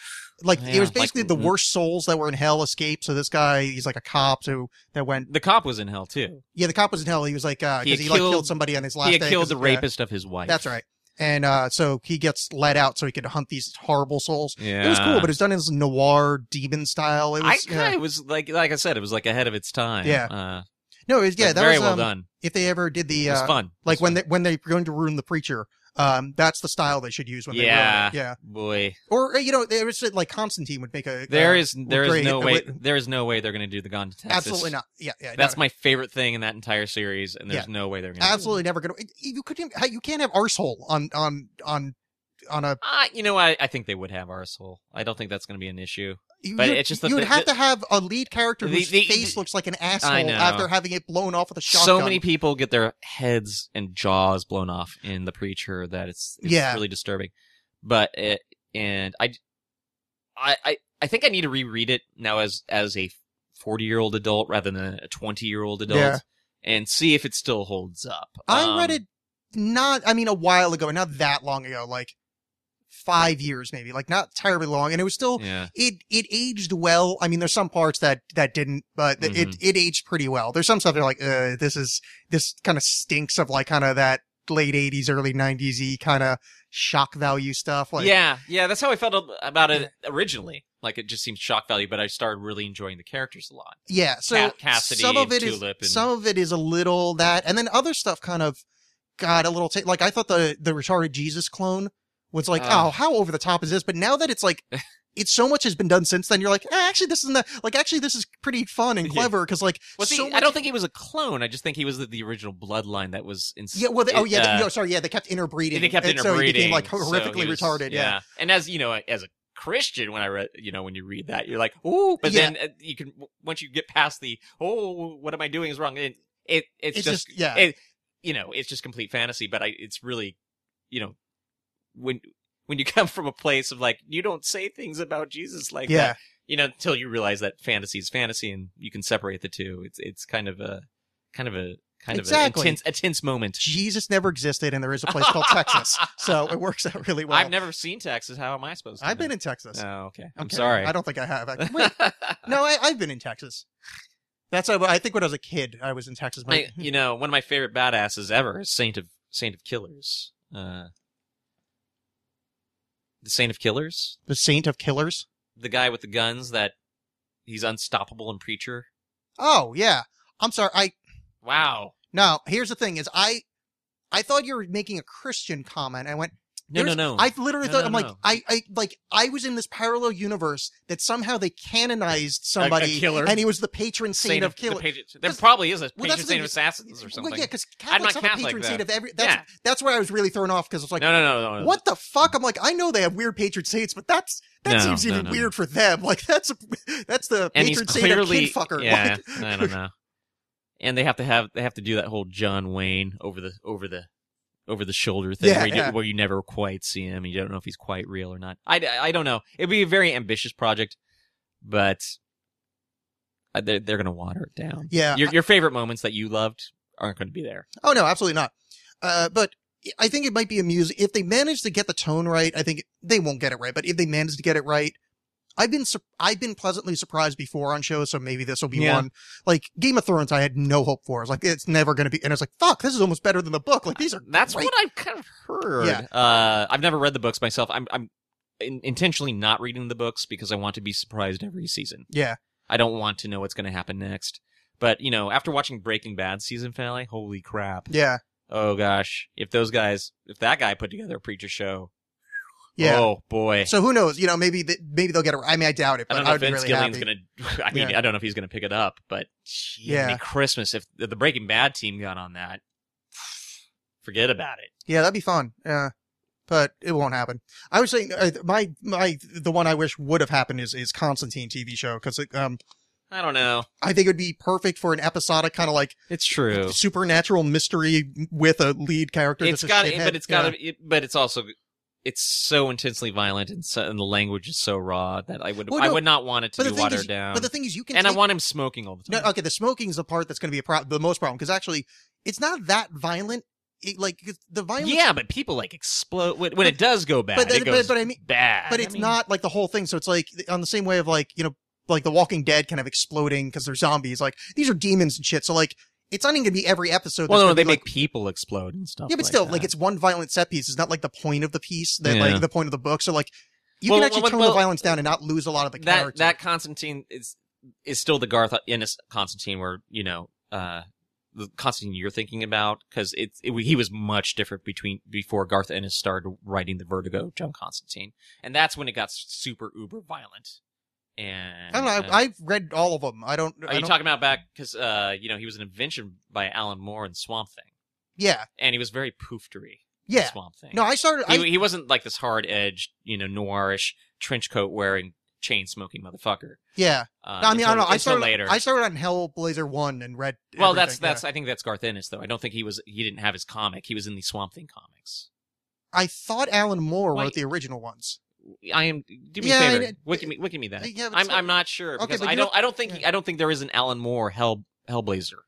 D: like it
E: Yeah, like-
D: was
E: mm-hmm.
D: basically the worst souls that were in hell escaped. So this guy, he's like a cop who that went.
E: the cop was in hell too.
D: Yeah, the cop was in hell. He was like uh,
E: He
D: because
E: had
D: he, like killed
E: killed-
D: somebody on his last
E: He had
D: day.
E: killed
D: 'cause-
E: the
D: yeah,
E: rapist of his wife.
D: that's right. And uh, so he gets let out so he could hunt these horrible souls.
E: Yeah.
D: It was cool, but it's done in this noir demon style. It
E: I
D: was
E: kind
D: yeah.
E: of was like like I said, it was like ahead of its time.
D: Yeah.
E: uh,
D: no, it was yeah.
E: but
D: That
E: very
D: was
E: well
D: um,
E: done.
D: if they ever did the
E: It was
D: uh,
E: fun. It
D: like
E: was
D: when
E: fun.
D: they when they're going to ruin the preacher. Um, that's the style they should use when
E: Yeah.
D: they ruin it. yeah.
E: boy
D: Or uh, you know, there was uh, like Constantine would make a
E: there
D: uh,
E: is there is
D: great.
E: no
D: Uh,
E: way
D: wait.
E: there is no way they're going to do the Gone to Texas.
D: absolutely not yeah yeah
E: That's
D: no,
E: my favorite thing in that entire series, and there's no way they're going to.
D: absolutely never gonna it- you couldn't even- how- you can't have arsehole on on on on a
E: Uh, you know, I, I think they would have arsehole. I don't think that's going to be an issue.
D: you,
E: But
D: you-
E: it's just the-
D: you would
E: the-
D: have to have a lead character
E: The-
D: whose
E: the-
D: face looks like an asshole
E: know.
D: after having it blown off with a shotgun
E: So many people get their heads and jaws blown off in the preacher that it's, it's
D: Yeah.
E: really disturbing. But it, and I, I, I, I think I need to reread it now as as a forty year old adult rather than a twenty year old adult,
D: Yeah.
E: and see if it still holds up.
D: I
E: Um,
D: read it not I mean a while ago not that long ago like five years maybe like not terribly long and it was still
E: Yeah.
D: it it aged well. I mean, there's some parts that that didn't, but th-
E: Mm-hmm.
D: it it aged pretty well. There's some stuff that are like, uh, this is this kind of stinks of like kind of that late '80s, early '90s y kind of shock value stuff. Like,
E: yeah, yeah, that's how I felt ab- about it originally. Like it just seemed shock value, but I started really enjoying the characters a lot.
D: yeah. So
E: Ca- Cassidy
D: some of
E: and
D: it is
E: Tulip and-
D: some of it is a little that, and then other stuff kind of got a little ta- like I thought the the retarded Jesus clone was like,
E: Ah.
D: oh, how over the top is this? But now that it's
E: <laughs>
D: like. It's so much has been done since then. You're like, eh, actually, this isn't that. Like, actually, this is pretty fun and
E: Yeah.
D: clever because, like,
E: Well, see,
D: so
E: I
D: much
E: don't think he was a clone. I just think he was the, the original bloodline that was in.
D: Yeah, well, they, oh yeah,
E: uh,
D: they, no, sorry, yeah, they kept interbreeding.
E: they kept
D: and
E: interbreeding,
D: so he became like
E: so he
D: horrifically
E: was-
D: retarded. Yeah.
E: and as you know, as a Christian, when I read, you know, when you read that, you're like, ooh, but
D: Yeah.
E: then then you can once you get past the, oh, what am I doing is wrong. It, it it's,
D: It's
E: just,
D: just- yeah.
E: it, you know, it's just complete fantasy. But I, it's really, you know, when when you <laughs> come from a place of like you don't say things about Jesus like
D: Yeah.
E: that, you know, until you realize that fantasy is fantasy and you can separate the two. It's it's kind of a kind of a kind
D: Exactly.
E: of a intense a tense moment.
D: Jesus never existed, and there is a place called
E: <laughs>
D: Texas, so it works out really well.
E: I've never seen Texas. How am I supposed to?
D: I've
E: know?
D: been in Texas.
E: Oh, okay. I'm
D: kidding.
E: sorry.
D: I don't think I have.
E: <laughs>
D: I- Wait, no, I, I've been in Texas. That's I, I think when I was a kid, I was in Texas. My,
E: I- you know, one of my favorite badasses ever is Saint of Saint of Killers. Uh, the Saint of Killers,
D: the Saint of Killers.
E: the guy with the guns that he's unstoppable in Preacher.
D: Oh yeah, I'm sorry. I
E: Wow.
D: no. Here's the thing: is I, I thought you were making a Christian comment. I went.
E: No, no,
D: There's-
E: no.
D: I literally
E: No,
D: thought
E: no,
D: I'm like
E: no.
D: I, I like I was in this parallel universe that somehow they canonized somebody
E: killer.
D: and he was the patron saint, of
E: the
D: killers.
E: patron- there
D: 'Cause-
E: probably is a
D: well,
E: patron
D: that's the
E: saint
D: thing,
E: of assassins or something.
D: Well, yeah, because
E: I'm not
D: Catholics have a
E: Catholic,
D: patron saint
E: though.
D: of every. That's,
E: Yeah.
D: that's where I was really thrown off because it's like,
E: no, no, no, no, no.
D: what the fuck? I'm like, I know they have weird patron saints, but that's that
E: No,
D: seems
E: no,
D: even
E: no,
D: weird for them. Like that's a, that's the
E: And he's
D: patron saint of
E: clearly
D: kid fucker.
E: yeah. <laughs>
D: Like,
E: I don't know. And they have to have they have to do that whole John Wayne over the over the over the shoulder thing
D: Yeah,
E: where, you do-
D: yeah.
E: where you never quite see him and you don't know if he's quite real or not. I, I don't know. It'd be a very ambitious project, but uh, they're they're gonna water it down.
D: yeah.
E: Your your favorite moments that you loved aren't going to be there.
D: Oh no, absolutely not. Uh, but I think it might be amusing if they manage to get the tone right. I think they won't get it right, but if they manage to get it right, I've been sur- I've been pleasantly surprised before on shows, so maybe this will be
E: Yeah.
D: one. Like Game of Thrones, I had no hope for. I was like, it's never going to be, and I was like, fuck, this is almost better than the book. Like these are
E: That's
D: great.
E: what I've kind of heard.
D: Yeah.
E: Uh, I've never read the books myself. I'm I'm in- intentionally not reading the books because I want to be surprised every season.
D: Yeah,
E: I don't want to know what's going to happen next. But you know, after watching Breaking Bad season finale, holy crap!
D: yeah,
E: Oh gosh, if those guys, if that guy put together a preacher show,
D: yeah.
E: oh boy.
D: So who knows? You know, maybe th- maybe they'll get it. right. I mean, I doubt it,
E: I
D: but
E: don't
D: I,
E: know if
D: would be
E: Vince
D: really
E: Gillian's
D: happy.
E: gonna. <laughs> I mean,
D: Yeah.
E: I don't know if he's gonna pick it up, but gee,
D: Yeah.
E: yeah. Christmas, if the the Breaking Bad team got on that, <sighs> forget about it.
D: Yeah, that'd be fun. Yeah. But it won't happen. I was saying uh, my my the one I wish would have happened is is Constantine TV show because um
E: I don't know.
D: I think it would be perfect for an episodic kind of like
E: It's true.
D: supernatural mystery with a lead character.
E: It's
D: that's a
E: got,
D: shithead.
E: but it's got, to it, but it's also, it's so intensely violent and, so, and the language is so raw that I would,
D: Well,
E: I
D: no,
E: would not want it
D: but
E: to
D: the
E: be
D: thing
E: watered
D: is,
E: down.
D: But the thing is, you can
E: and I
D: take-
E: want him smoking all the
D: No,
E: time.
D: okay, the smoking's the part that's going to be a pro- the most problem because actually, it's not that violent. It, like 'cause the violence,
E: yeah, but people like explode when, when it does go bad.
D: but,
E: it
D: but-
E: goes
D: but I mean,
E: bad.
D: but
E: I
D: it's
E: mean,
D: not like the whole thing. So it's like on the same way of like you know, like The Walking Dead kind of exploding because they're zombies. Like these are demons and shit. So like it's not even going to be every episode.
E: Well,
D: that's
E: no,
D: gonna
E: they
D: be,
E: make
D: like-
E: people explode and stuff.
D: yeah, but
E: like
D: still,
E: that.
D: like it's one violent set piece. It's not like the point of the piece that
E: Yeah.
D: like the point of the book. So like you
E: Well,
D: can actually
E: well,
D: tone the
E: well,
D: violence down and not lose a lot of the
E: that
D: character.
E: that Constantine is is still the Garth Ennis Constantine where you know uh the Constantine you're thinking about because it, it he was much different between before Garth Ennis started writing the Vertigo John Constantine and that's when it got s- super uber violent and
D: I don't know.
E: uh,
D: I, I've read all of them. I don't.
E: are
D: I
E: you
D: don't-
E: talking about back because uh you know he was an invention by Alan Moore and Swamp Thing
D: Yeah,
E: and he was very pooftery in
D: yeah.
E: Swamp Thing
D: No, I started. I,
E: he, he wasn't like this hard edged you know noirish trench coat wearing chain smoking motherfucker.
D: yeah.
E: Uh,
D: No, I mean, I
E: until-
D: don't know. I
E: until
D: started.
E: later.
D: I started on Hellblazer one and read.
E: Well, that's
D: everything,
E: that's.
D: yeah.
E: I think that's Garth Ennis, though. I don't think he was. He didn't have his comic. He was in the Swamp Thing comics.
D: I thought Alan Moore
E: Why-
D: wrote the original ones.
E: I am. Do me
D: Yeah,
E: a favor.
D: I-
E: wiki me. Wiki me that.
D: Yeah, but
E: I'm.
D: so-
E: I'm not sure.
D: Okay,
E: Because
D: but
E: I
D: you
E: don't.
D: don't-
E: I don't think. I don't think there is an Alan Moore Hell Hellblazer.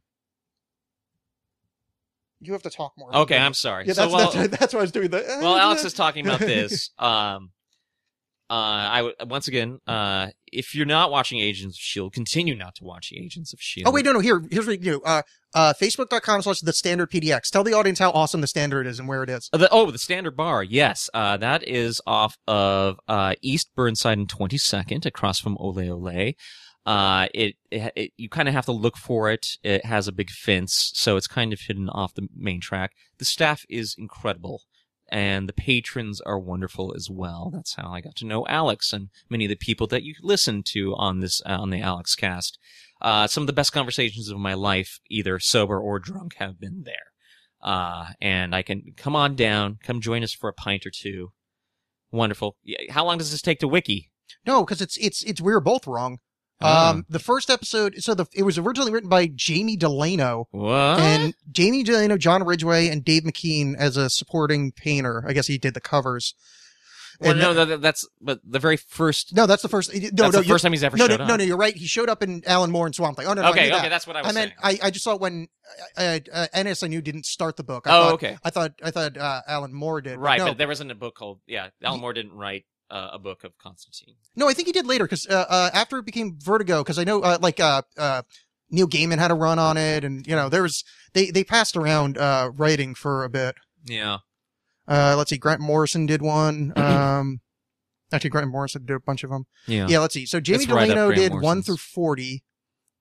D: You have to talk more.
E: Okay, I'm sorry.
D: Yeah,
E: so
D: that's
E: while,
D: that's, that's why I was doing eh, that. <laughs>
E: while Alex is talking about this, um, uh, I would once again, uh, if you're not watching Agents of Shield, E continue not to watch Agents of Shield.
D: Oh wait, no, no. Here, here's what you do. Uh, uh, Facebook.com/slash the standard PDX. Tell the audience how awesome the standard is and where it is.
E: Uh, The, oh, the standard bar. Yes, uh, that is off of uh, East Burnside and 22nd, across from Ole Ole. Uh, it, it, it you kind of have to look for it. It has a big fence, so it's kind of hidden off the main track. The staff is incredible, and the patrons are wonderful as well. That's how I got to know Alex and many of the people that you listen to on this uh, on the Alex Cast. Uh, some of the best conversations of my life, either sober or drunk, have been there uh, and I can come on down, come join us for a pint or two. Wonderful. Yeah, How long does this take to wiki?
D: No, because it's it's it's we were both wrong.
E: Ah.
D: Um, the first episode. So the it was originally written by Jamie Delano.
E: What?
D: And Jamie Delano, John Ridgway, and Dave McKean as a supporting painter. I guess he did the covers.
E: well,
D: and
E: no, that, that's but the very first.
D: No, that's the first. No,
E: No, that's
D: no,
E: the
D: you're-
E: first time he's ever
D: no,
E: showed
D: no,
E: up.
D: no, no, you're right. He showed up in Alan Moore and Swamp Thing. Oh no, no I
E: okay,
D: knew
E: okay,
D: that.
E: that's what I was
D: I meant
E: saying.
D: I, I just saw when uh, uh, uh, NS I knew didn't start the book. I
E: oh,
D: thought,
E: okay,
D: I thought I thought uh, Alan Moore did. but
E: right.
D: No,
E: But there wasn't a book called. Yeah, Alan Moore didn't write uh, a book of Constantine.
D: no, I think he did later because uh, uh, after it became Vertigo, because I know uh, like uh, uh, Neil Gaiman had a run on it, and you know there was they they passed around uh, writing for a bit.
E: Yeah.
D: Uh, let's see, Grant Morrison
E: <clears throat>
D: did one. Um, actually, Grant Morrison did a bunch of them.
E: Yeah.
D: Yeah, let's see. So Jamie
E: It's right up
D: Delano
E: Grant
D: did one
E: Morrison's.
D: through forty.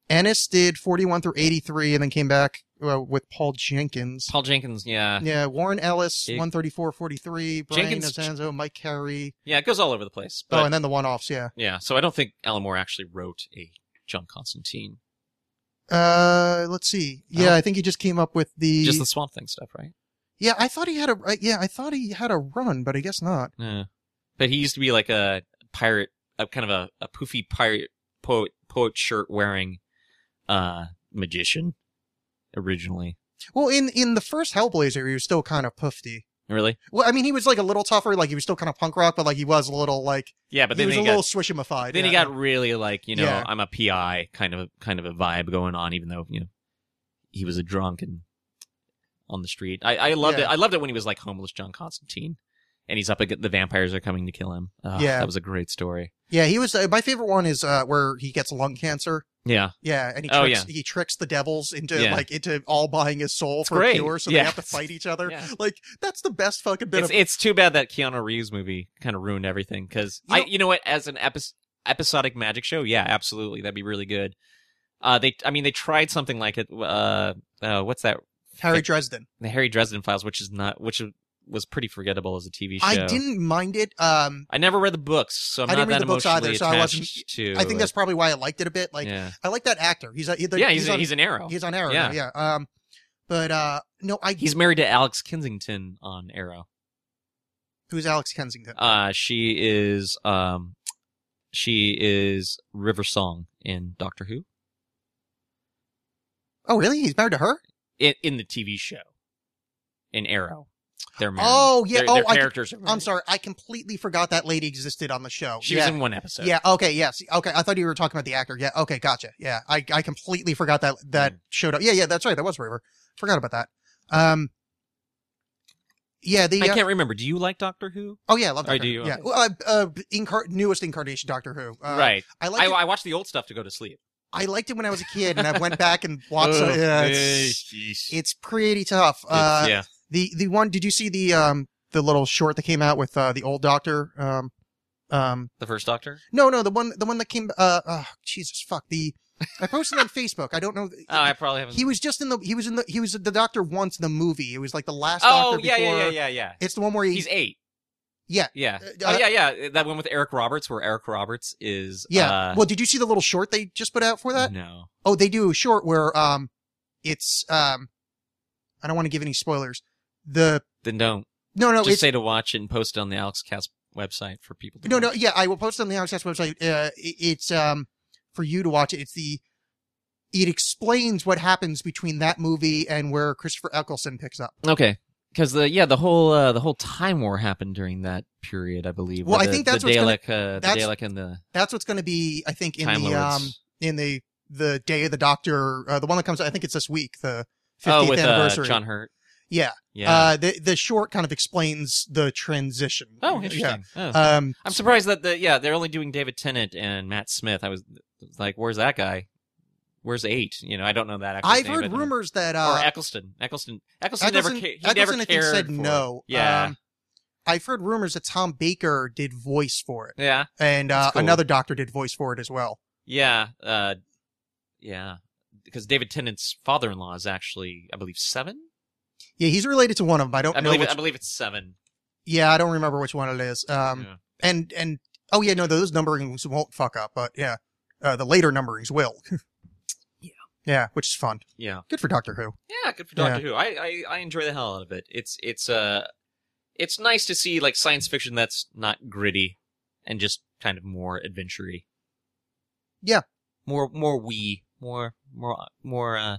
D: Ennis did forty-one through eighty-three, and then came back uh, with Paul Jenkins.
E: Paul Jenkins. Yeah.
D: Yeah, Warren Ellis,
E: It-
D: one thirty-four, forty-three. Brian
E: Jenkins-
D: Nozanzo, Mike Carey.
E: Yeah. It goes all over the place.
D: Oh,
E: But
D: and then the one-offs. Yeah.
E: yeah. So I don't think Alan Moore actually wrote a John Constantine.
D: Uh, let's see. Yeah,
E: Oh.
D: I think he just came up with the.
E: Just the Swamp Thing stuff, right?
D: Yeah, I thought he had a. uh, Yeah, I thought he had a run, but I guess not.
E: Yeah. But he used to be like a pirate, a kind of a, a poofy pirate poet poet shirt wearing uh magician originally.
D: Well, in in the first Hellblazer, he was still kind of poofy.
E: Really?
D: Well, I mean, he was like a little tougher, like he was still kind of punk rock, but like he was a little like
E: Yeah, but
D: he
E: then
D: was
E: he,
D: a
E: got
D: little swishimified.
E: then he
D: yeah.
E: got really like, you know,
D: Yeah.
E: I'm a PI kind of kind of a vibe going on even though, you know, he was a drunk and on the street. I, I loved
D: Yeah.
E: it. I loved it when he was like homeless John Constantine. And he's up against the vampires are coming to kill him. Ugh,
D: Yeah.
E: That was a great story.
D: Yeah, he was. Uh, my favorite one is uh, where he gets lung cancer.
E: Yeah.
D: Yeah, and he tricks,
E: Oh,
D: he tricks the devils into
E: Yeah.
D: like into all buying his soul for
E: great.
D: a cure, so they
E: Yeah.
D: have to fight each other.
E: Yeah.
D: <laughs> Like that's the best fucking bit
E: it's,
D: of.
E: it's too bad that Keanu Reeves movie kind of ruined everything because
D: You
E: I
D: know-
E: you know what as an epi- episodic magic show yeah absolutely that'd be really good. Uh, they I mean they tried something like it. Uh, uh what's that?
D: Harry Dresden.
E: The Harry Dresden Files, which is not which was pretty forgettable as a TV show.
D: I didn't mind it. Um,
E: I never read the books, so I'm
D: I
E: not
D: didn't read
E: that
D: the books
E: emotionally
D: either, so I
E: attached
D: wasn't-
E: to.
D: I think that's probably why I liked it a bit. Like
E: yeah,
D: I like that actor. He's a, he- the-
E: yeah he's,
D: on,
E: he's an arrow. He's,
D: he's on Arrow. Yeah.
E: Yeah.
D: yeah. Um, but uh, no, I
E: married to Alex Kensington on Arrow.
D: who's Alex Kensington.
E: Uh, she is um, she is River Song in Doctor Who.
D: Oh, really? He's married to her?
E: In, in the TV show, in Arrow, they're married.
D: Oh, yeah.
E: Their,
D: Oh,
E: their
D: I-
E: characters. are
D: I'm
E: married.
D: sorry. I completely forgot that lady existed on the show.
E: She
D: yeah.
E: was in one episode.
D: Yeah. Okay. Yes. Okay. I thought you were talking about the actor. Yeah. Okay. Gotcha. Yeah. I, I completely forgot that
E: Hmm.
D: that showed up. Yeah. Yeah. That's right. That was River. Forgot about that. Um. Yeah. The
E: I
D: uh,
E: can't remember. Do you like Doctor Who?
D: oh yeah. I love
E: Oh,
D: Doctor.
E: do
D: Who.
E: you?
D: Yeah. Well, uh, uh, incar- newest incarnation Doctor Who. Uh,
E: right.
D: I like.
E: I,
D: it-
E: I watched the old stuff to go to sleep.
D: I liked it when I was a kid, and I went back and watched.
E: Ugh.
D: it. Yeah,
E: Eh,
D: it's,
E: sheesh.
D: it's pretty tough. Uh,
E: yeah.
D: The the one. Did you see the um the little short that came out with uh, the old Doctor? Um, um.
E: The first Doctor.
D: No, no. The one the one that came. Uh. Oh, Jesus. Fuck. The I posted on Facebook. I don't know.
E: <laughs> Oh, I probably haven't.
D: he was just in the. He was in the. He was the Doctor once in the movie. It was like the last.
E: oh,
D: Doctor
E: yeah,
D: before,
E: yeah, yeah, yeah, yeah.
D: It's the one where he,
E: He's eight.
D: Yeah.
E: Yeah.
D: Uh,
E: oh, yeah, yeah. That one with Eric Roberts, where Eric Roberts is.
D: Yeah.
E: Uh, Mm-hmm.
D: well, did you see the little short they just put out for that?
E: No.
D: Oh, they do a short where um, it's um, I don't want to give any spoilers. The
E: Then don't.
D: no, no,
E: Just
D: it's
E: say to watch and post it on the Alex Cast website for people to
D: no, no.
E: watch.
D: Yeah, I will post it on the Alex Cast website. Uh, it- it's um, for you to watch it. It's the it explains what happens between that movie and where Christopher Eccleston picks up.
E: Okay. Because the yeah the whole uh, the whole time war happened during that period I believe.
D: Well,
E: where
D: I
E: the-
D: think that's
E: the
D: what's gonna-
E: Dalek uh, the
D: that's-
E: Dalek and the
D: That's what's going to be, I think, in
E: Time
D: the
E: Lords.
D: um, in the the Day of the Doctor, uh, the one that comes. out, I think it's this week, the
E: oh
D: fifteenth
E: with uh,
D: anniversary.
E: John Hurt.
D: Yeah.
E: Yeah.
D: Uh, the the short kind of explains the transition.
E: oh,
D: Yeah.
E: interesting. Oh.
D: Um,
E: I'm surprised that the yeah they're only doing David Tennant and Matt Smith. I was like, where's that guy? Where's eight? You know, I don't know that. actor's
D: I've
E: name,
D: heard
E: but-
D: rumors that
E: Or
D: uh,
E: Eccleston. Eccleston. Eccleston never.
D: Eccleston,
E: Ca- he
D: Eccleston,
E: never
D: I think,
E: cared
D: said
E: for it.
D: no.
E: Yeah.
D: Um, I've heard rumors that Tom Baker did voice for it,
E: yeah.
D: and uh,
E: That's cool.
D: another doctor did voice for it as well.
E: Yeah. Uh, yeah. Because David Tennant's father-in-law is actually, I believe, seven.
D: Yeah, he's related to one of them. I don't
E: I
D: know.
E: believe.
D: which,
E: I believe it's seven.
D: yeah, I don't remember which one it is. Um,
E: Yeah.
D: and and oh yeah, no, those numberings won't fuck up, but yeah, uh, the later numberings will. <laughs>
E: Yeah.
D: yeah, which is fun.
E: Yeah.
D: Good for Doctor Who.
E: Yeah. Good for Doctor Who. I, I I enjoy the hell out of it. It's it's uh, it's nice to see like science fiction that's not gritty, and just kind of more adventury.
D: Yeah.
E: More more we more more more uh,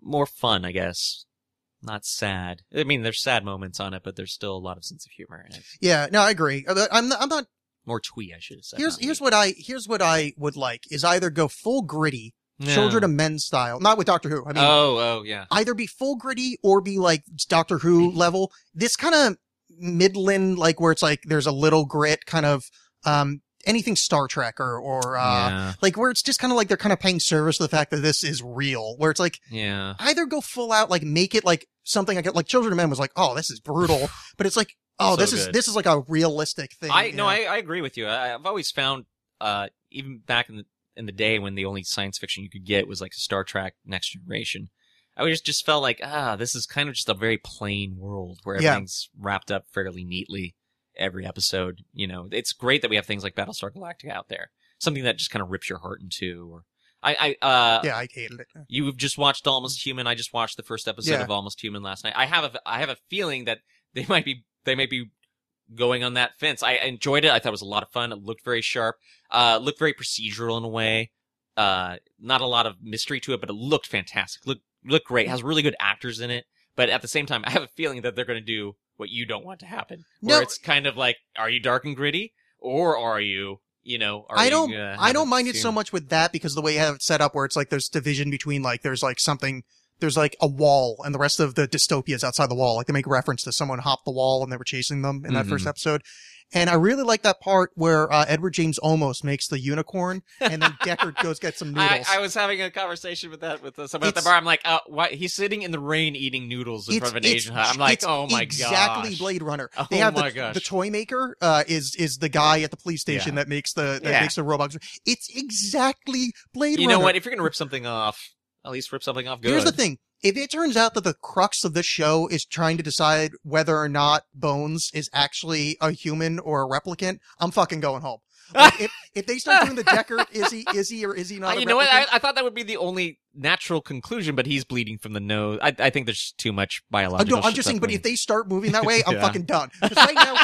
E: more fun, I guess. Not sad. I mean, there's sad moments on it, but there's still a lot of sense of humor in it.
D: Yeah, no, I agree. Uh, I'm not, I'm not
E: More twee, I should have said.
D: here's
E: not
D: here's
E: wee.
D: what I here's what I would like is either go full gritty,
E: Yeah.
D: children of men style, not with Doctor Who. I mean,
E: oh, oh, yeah.
D: either be full gritty or be like Doctor Who
E: Mm-hmm.
D: level. This kind of midland, like where it's like there's a little grit, kind of um anything Star Trek or or uh
E: yeah,
D: like where it's just kind of like they're kind of paying service to the fact that this is real. Where it's like
E: yeah.
D: either go full out, like make it like something like like Children of Men was like, oh, this
E: <sighs>
D: is brutal, but it's like. Oh,
E: So
D: this is
E: good.
D: this is like a realistic thing.
E: I
D: you
E: no,
D: know?
E: I, I agree with you. I, I've always found, uh, even back in the in the day when the only science fiction you could get was like Star Trek: Next Generation, I always just felt like ah, this is kind of just a very plain world where
D: Yeah.
E: everything's wrapped up fairly neatly every episode. You know, it's great that we have things like Battlestar Galactica out there, something that just kind of rips your heart in two. Or I, I, uh,
D: yeah, I hated it.
E: You've just watched Almost Human. I just watched the first episode
D: Yeah.
E: of Almost Human last night. I have a I have a feeling that they might be they might be going on that fence. I enjoyed it. I thought it was a lot of fun. It looked very sharp. Uh, looked very procedural in a way. Uh, not a lot of mystery to it, but it looked fantastic. Look looked great. Has really good actors in it. But at the same time, I have a feeling that they're going to do what you don't want to happen. Where
D: No.
E: it's kind of like, are you dark and gritty, or are you, you know, are
D: I
E: you,
D: don't
E: uh,
D: I don't
E: have
D: mind it so
E: humor?
D: much with that because the way you have it set up where it's like there's division between like there's like something there's like a wall and the rest of the dystopia is outside the wall. Like they make reference to someone hopped the wall and they were chasing them in that first
E: Mhm.
D: episode. And I really like that part where uh, Edward James almost makes the unicorn and
E: <laughs>
D: then Deckard goes get some
E: I,
D: noodles.
E: I was having a conversation with that with uh, someone at
D: It's-
E: the bar. I'm like, uh, why? He's sitting in the rain eating noodles in
D: It's-
E: front of an
D: it's-
E: Asian hut. I'm like,
D: it's
E: oh my god,
D: exactly
E: <laughs>
D: Blade Runner.
E: Oh
D: They have
E: my
D: the,
E: gosh.
D: the toy maker uh, is is the guy at the police station that makes the that
E: Yeah.
D: makes the robots. It's exactly Blade
E: You
D: Runner.
E: know what? If you're gonna rip something off, at least rip something off good.
D: Here's the thing. If it turns out that the crux of this show is trying to decide whether or not Bones is actually a human or a replicant, I'm fucking going home.
E: <laughs>
D: Like, if, if they start doing the Deckard, is he is he or is he
E: Uh,
D: not? a
E: you know what? I,
D: replicant?
E: I thought that would be the only natural conclusion, but he's bleeding from the nose. I, I think there's too much
D: Uh,
E: biological.
D: no, I'm
E: shit
D: just saying. But
E: happening.
D: if they start moving that way, I'm
E: Yeah. <laughs>
D: fucking done. 'Cause right now,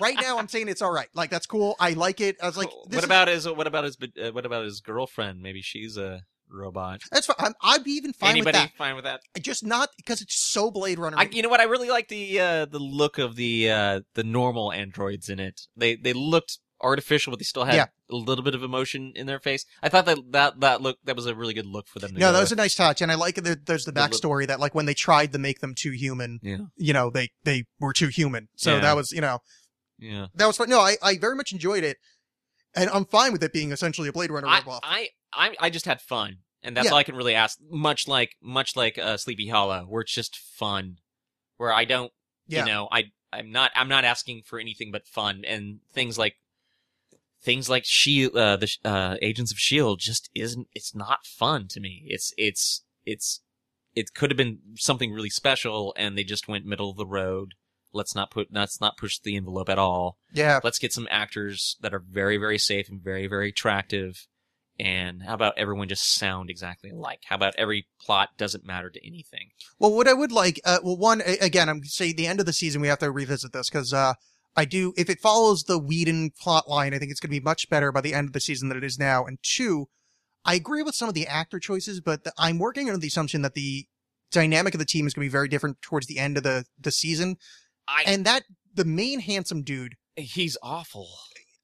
D: right now, I'm saying it's all right. Like that's cool. I like it. I was like,
E: Cool.
D: this
E: what
D: is-
E: about his what about his uh, what about his girlfriend? Maybe she's a robot.
D: That's fine. I'm, I'd be even fine
E: Anybody
D: with
E: fine with that?
D: that. Just not because it's so Blade Runner.
E: I, you know what? I really like the uh, the look of the uh, the normal androids in it. They they looked artificial, but they still had
D: Yeah.
E: a little bit of emotion in their face. I thought that that that look that was a really good look for them. To
D: no,
E: go
D: that was a
E: with.
D: nice touch, and I like that there's the
E: The little-
D: backstory that like when they tried to make them too human,
E: yeah
D: you know, they they were too human. So
E: Yeah.
D: that was you know
E: yeah.
D: that was fun. No, I I very much enjoyed it, and I'm fine with it being essentially a Blade Runner
E: I,
D: ripoff.
E: I I I just had fun, and that's
D: Yeah.
E: all I can really ask. Much like much like uh, Sleepy Hollow, where it's just fun, where I don't
D: Yeah.
E: you know I I'm not I'm not asking for anything but fun and things like things like she uh, the sh- uh, Agents of Shield just isn't it's not fun to me. It's it's it's it could have been something really special, and they just went middle of the road. Let's not put let's not push the envelope at all
D: Yeah,
E: let's get some actors that are very very safe and very very attractive and how about everyone just sound exactly alike how about every plot doesn't matter to anything
D: Well, what I would like, uh, well, one a- again, I'm say the end of the season we have to revisit this because uh, I do. If it follows the Whedon plot line, I think it's going to be much better by the end of the season than it is now. And two, I agree with some of the actor choices, but the, I'm working under the assumption that the dynamic of the team is going to be very different towards the end of the the season.
E: I-
D: and that the main handsome dude,
E: he's awful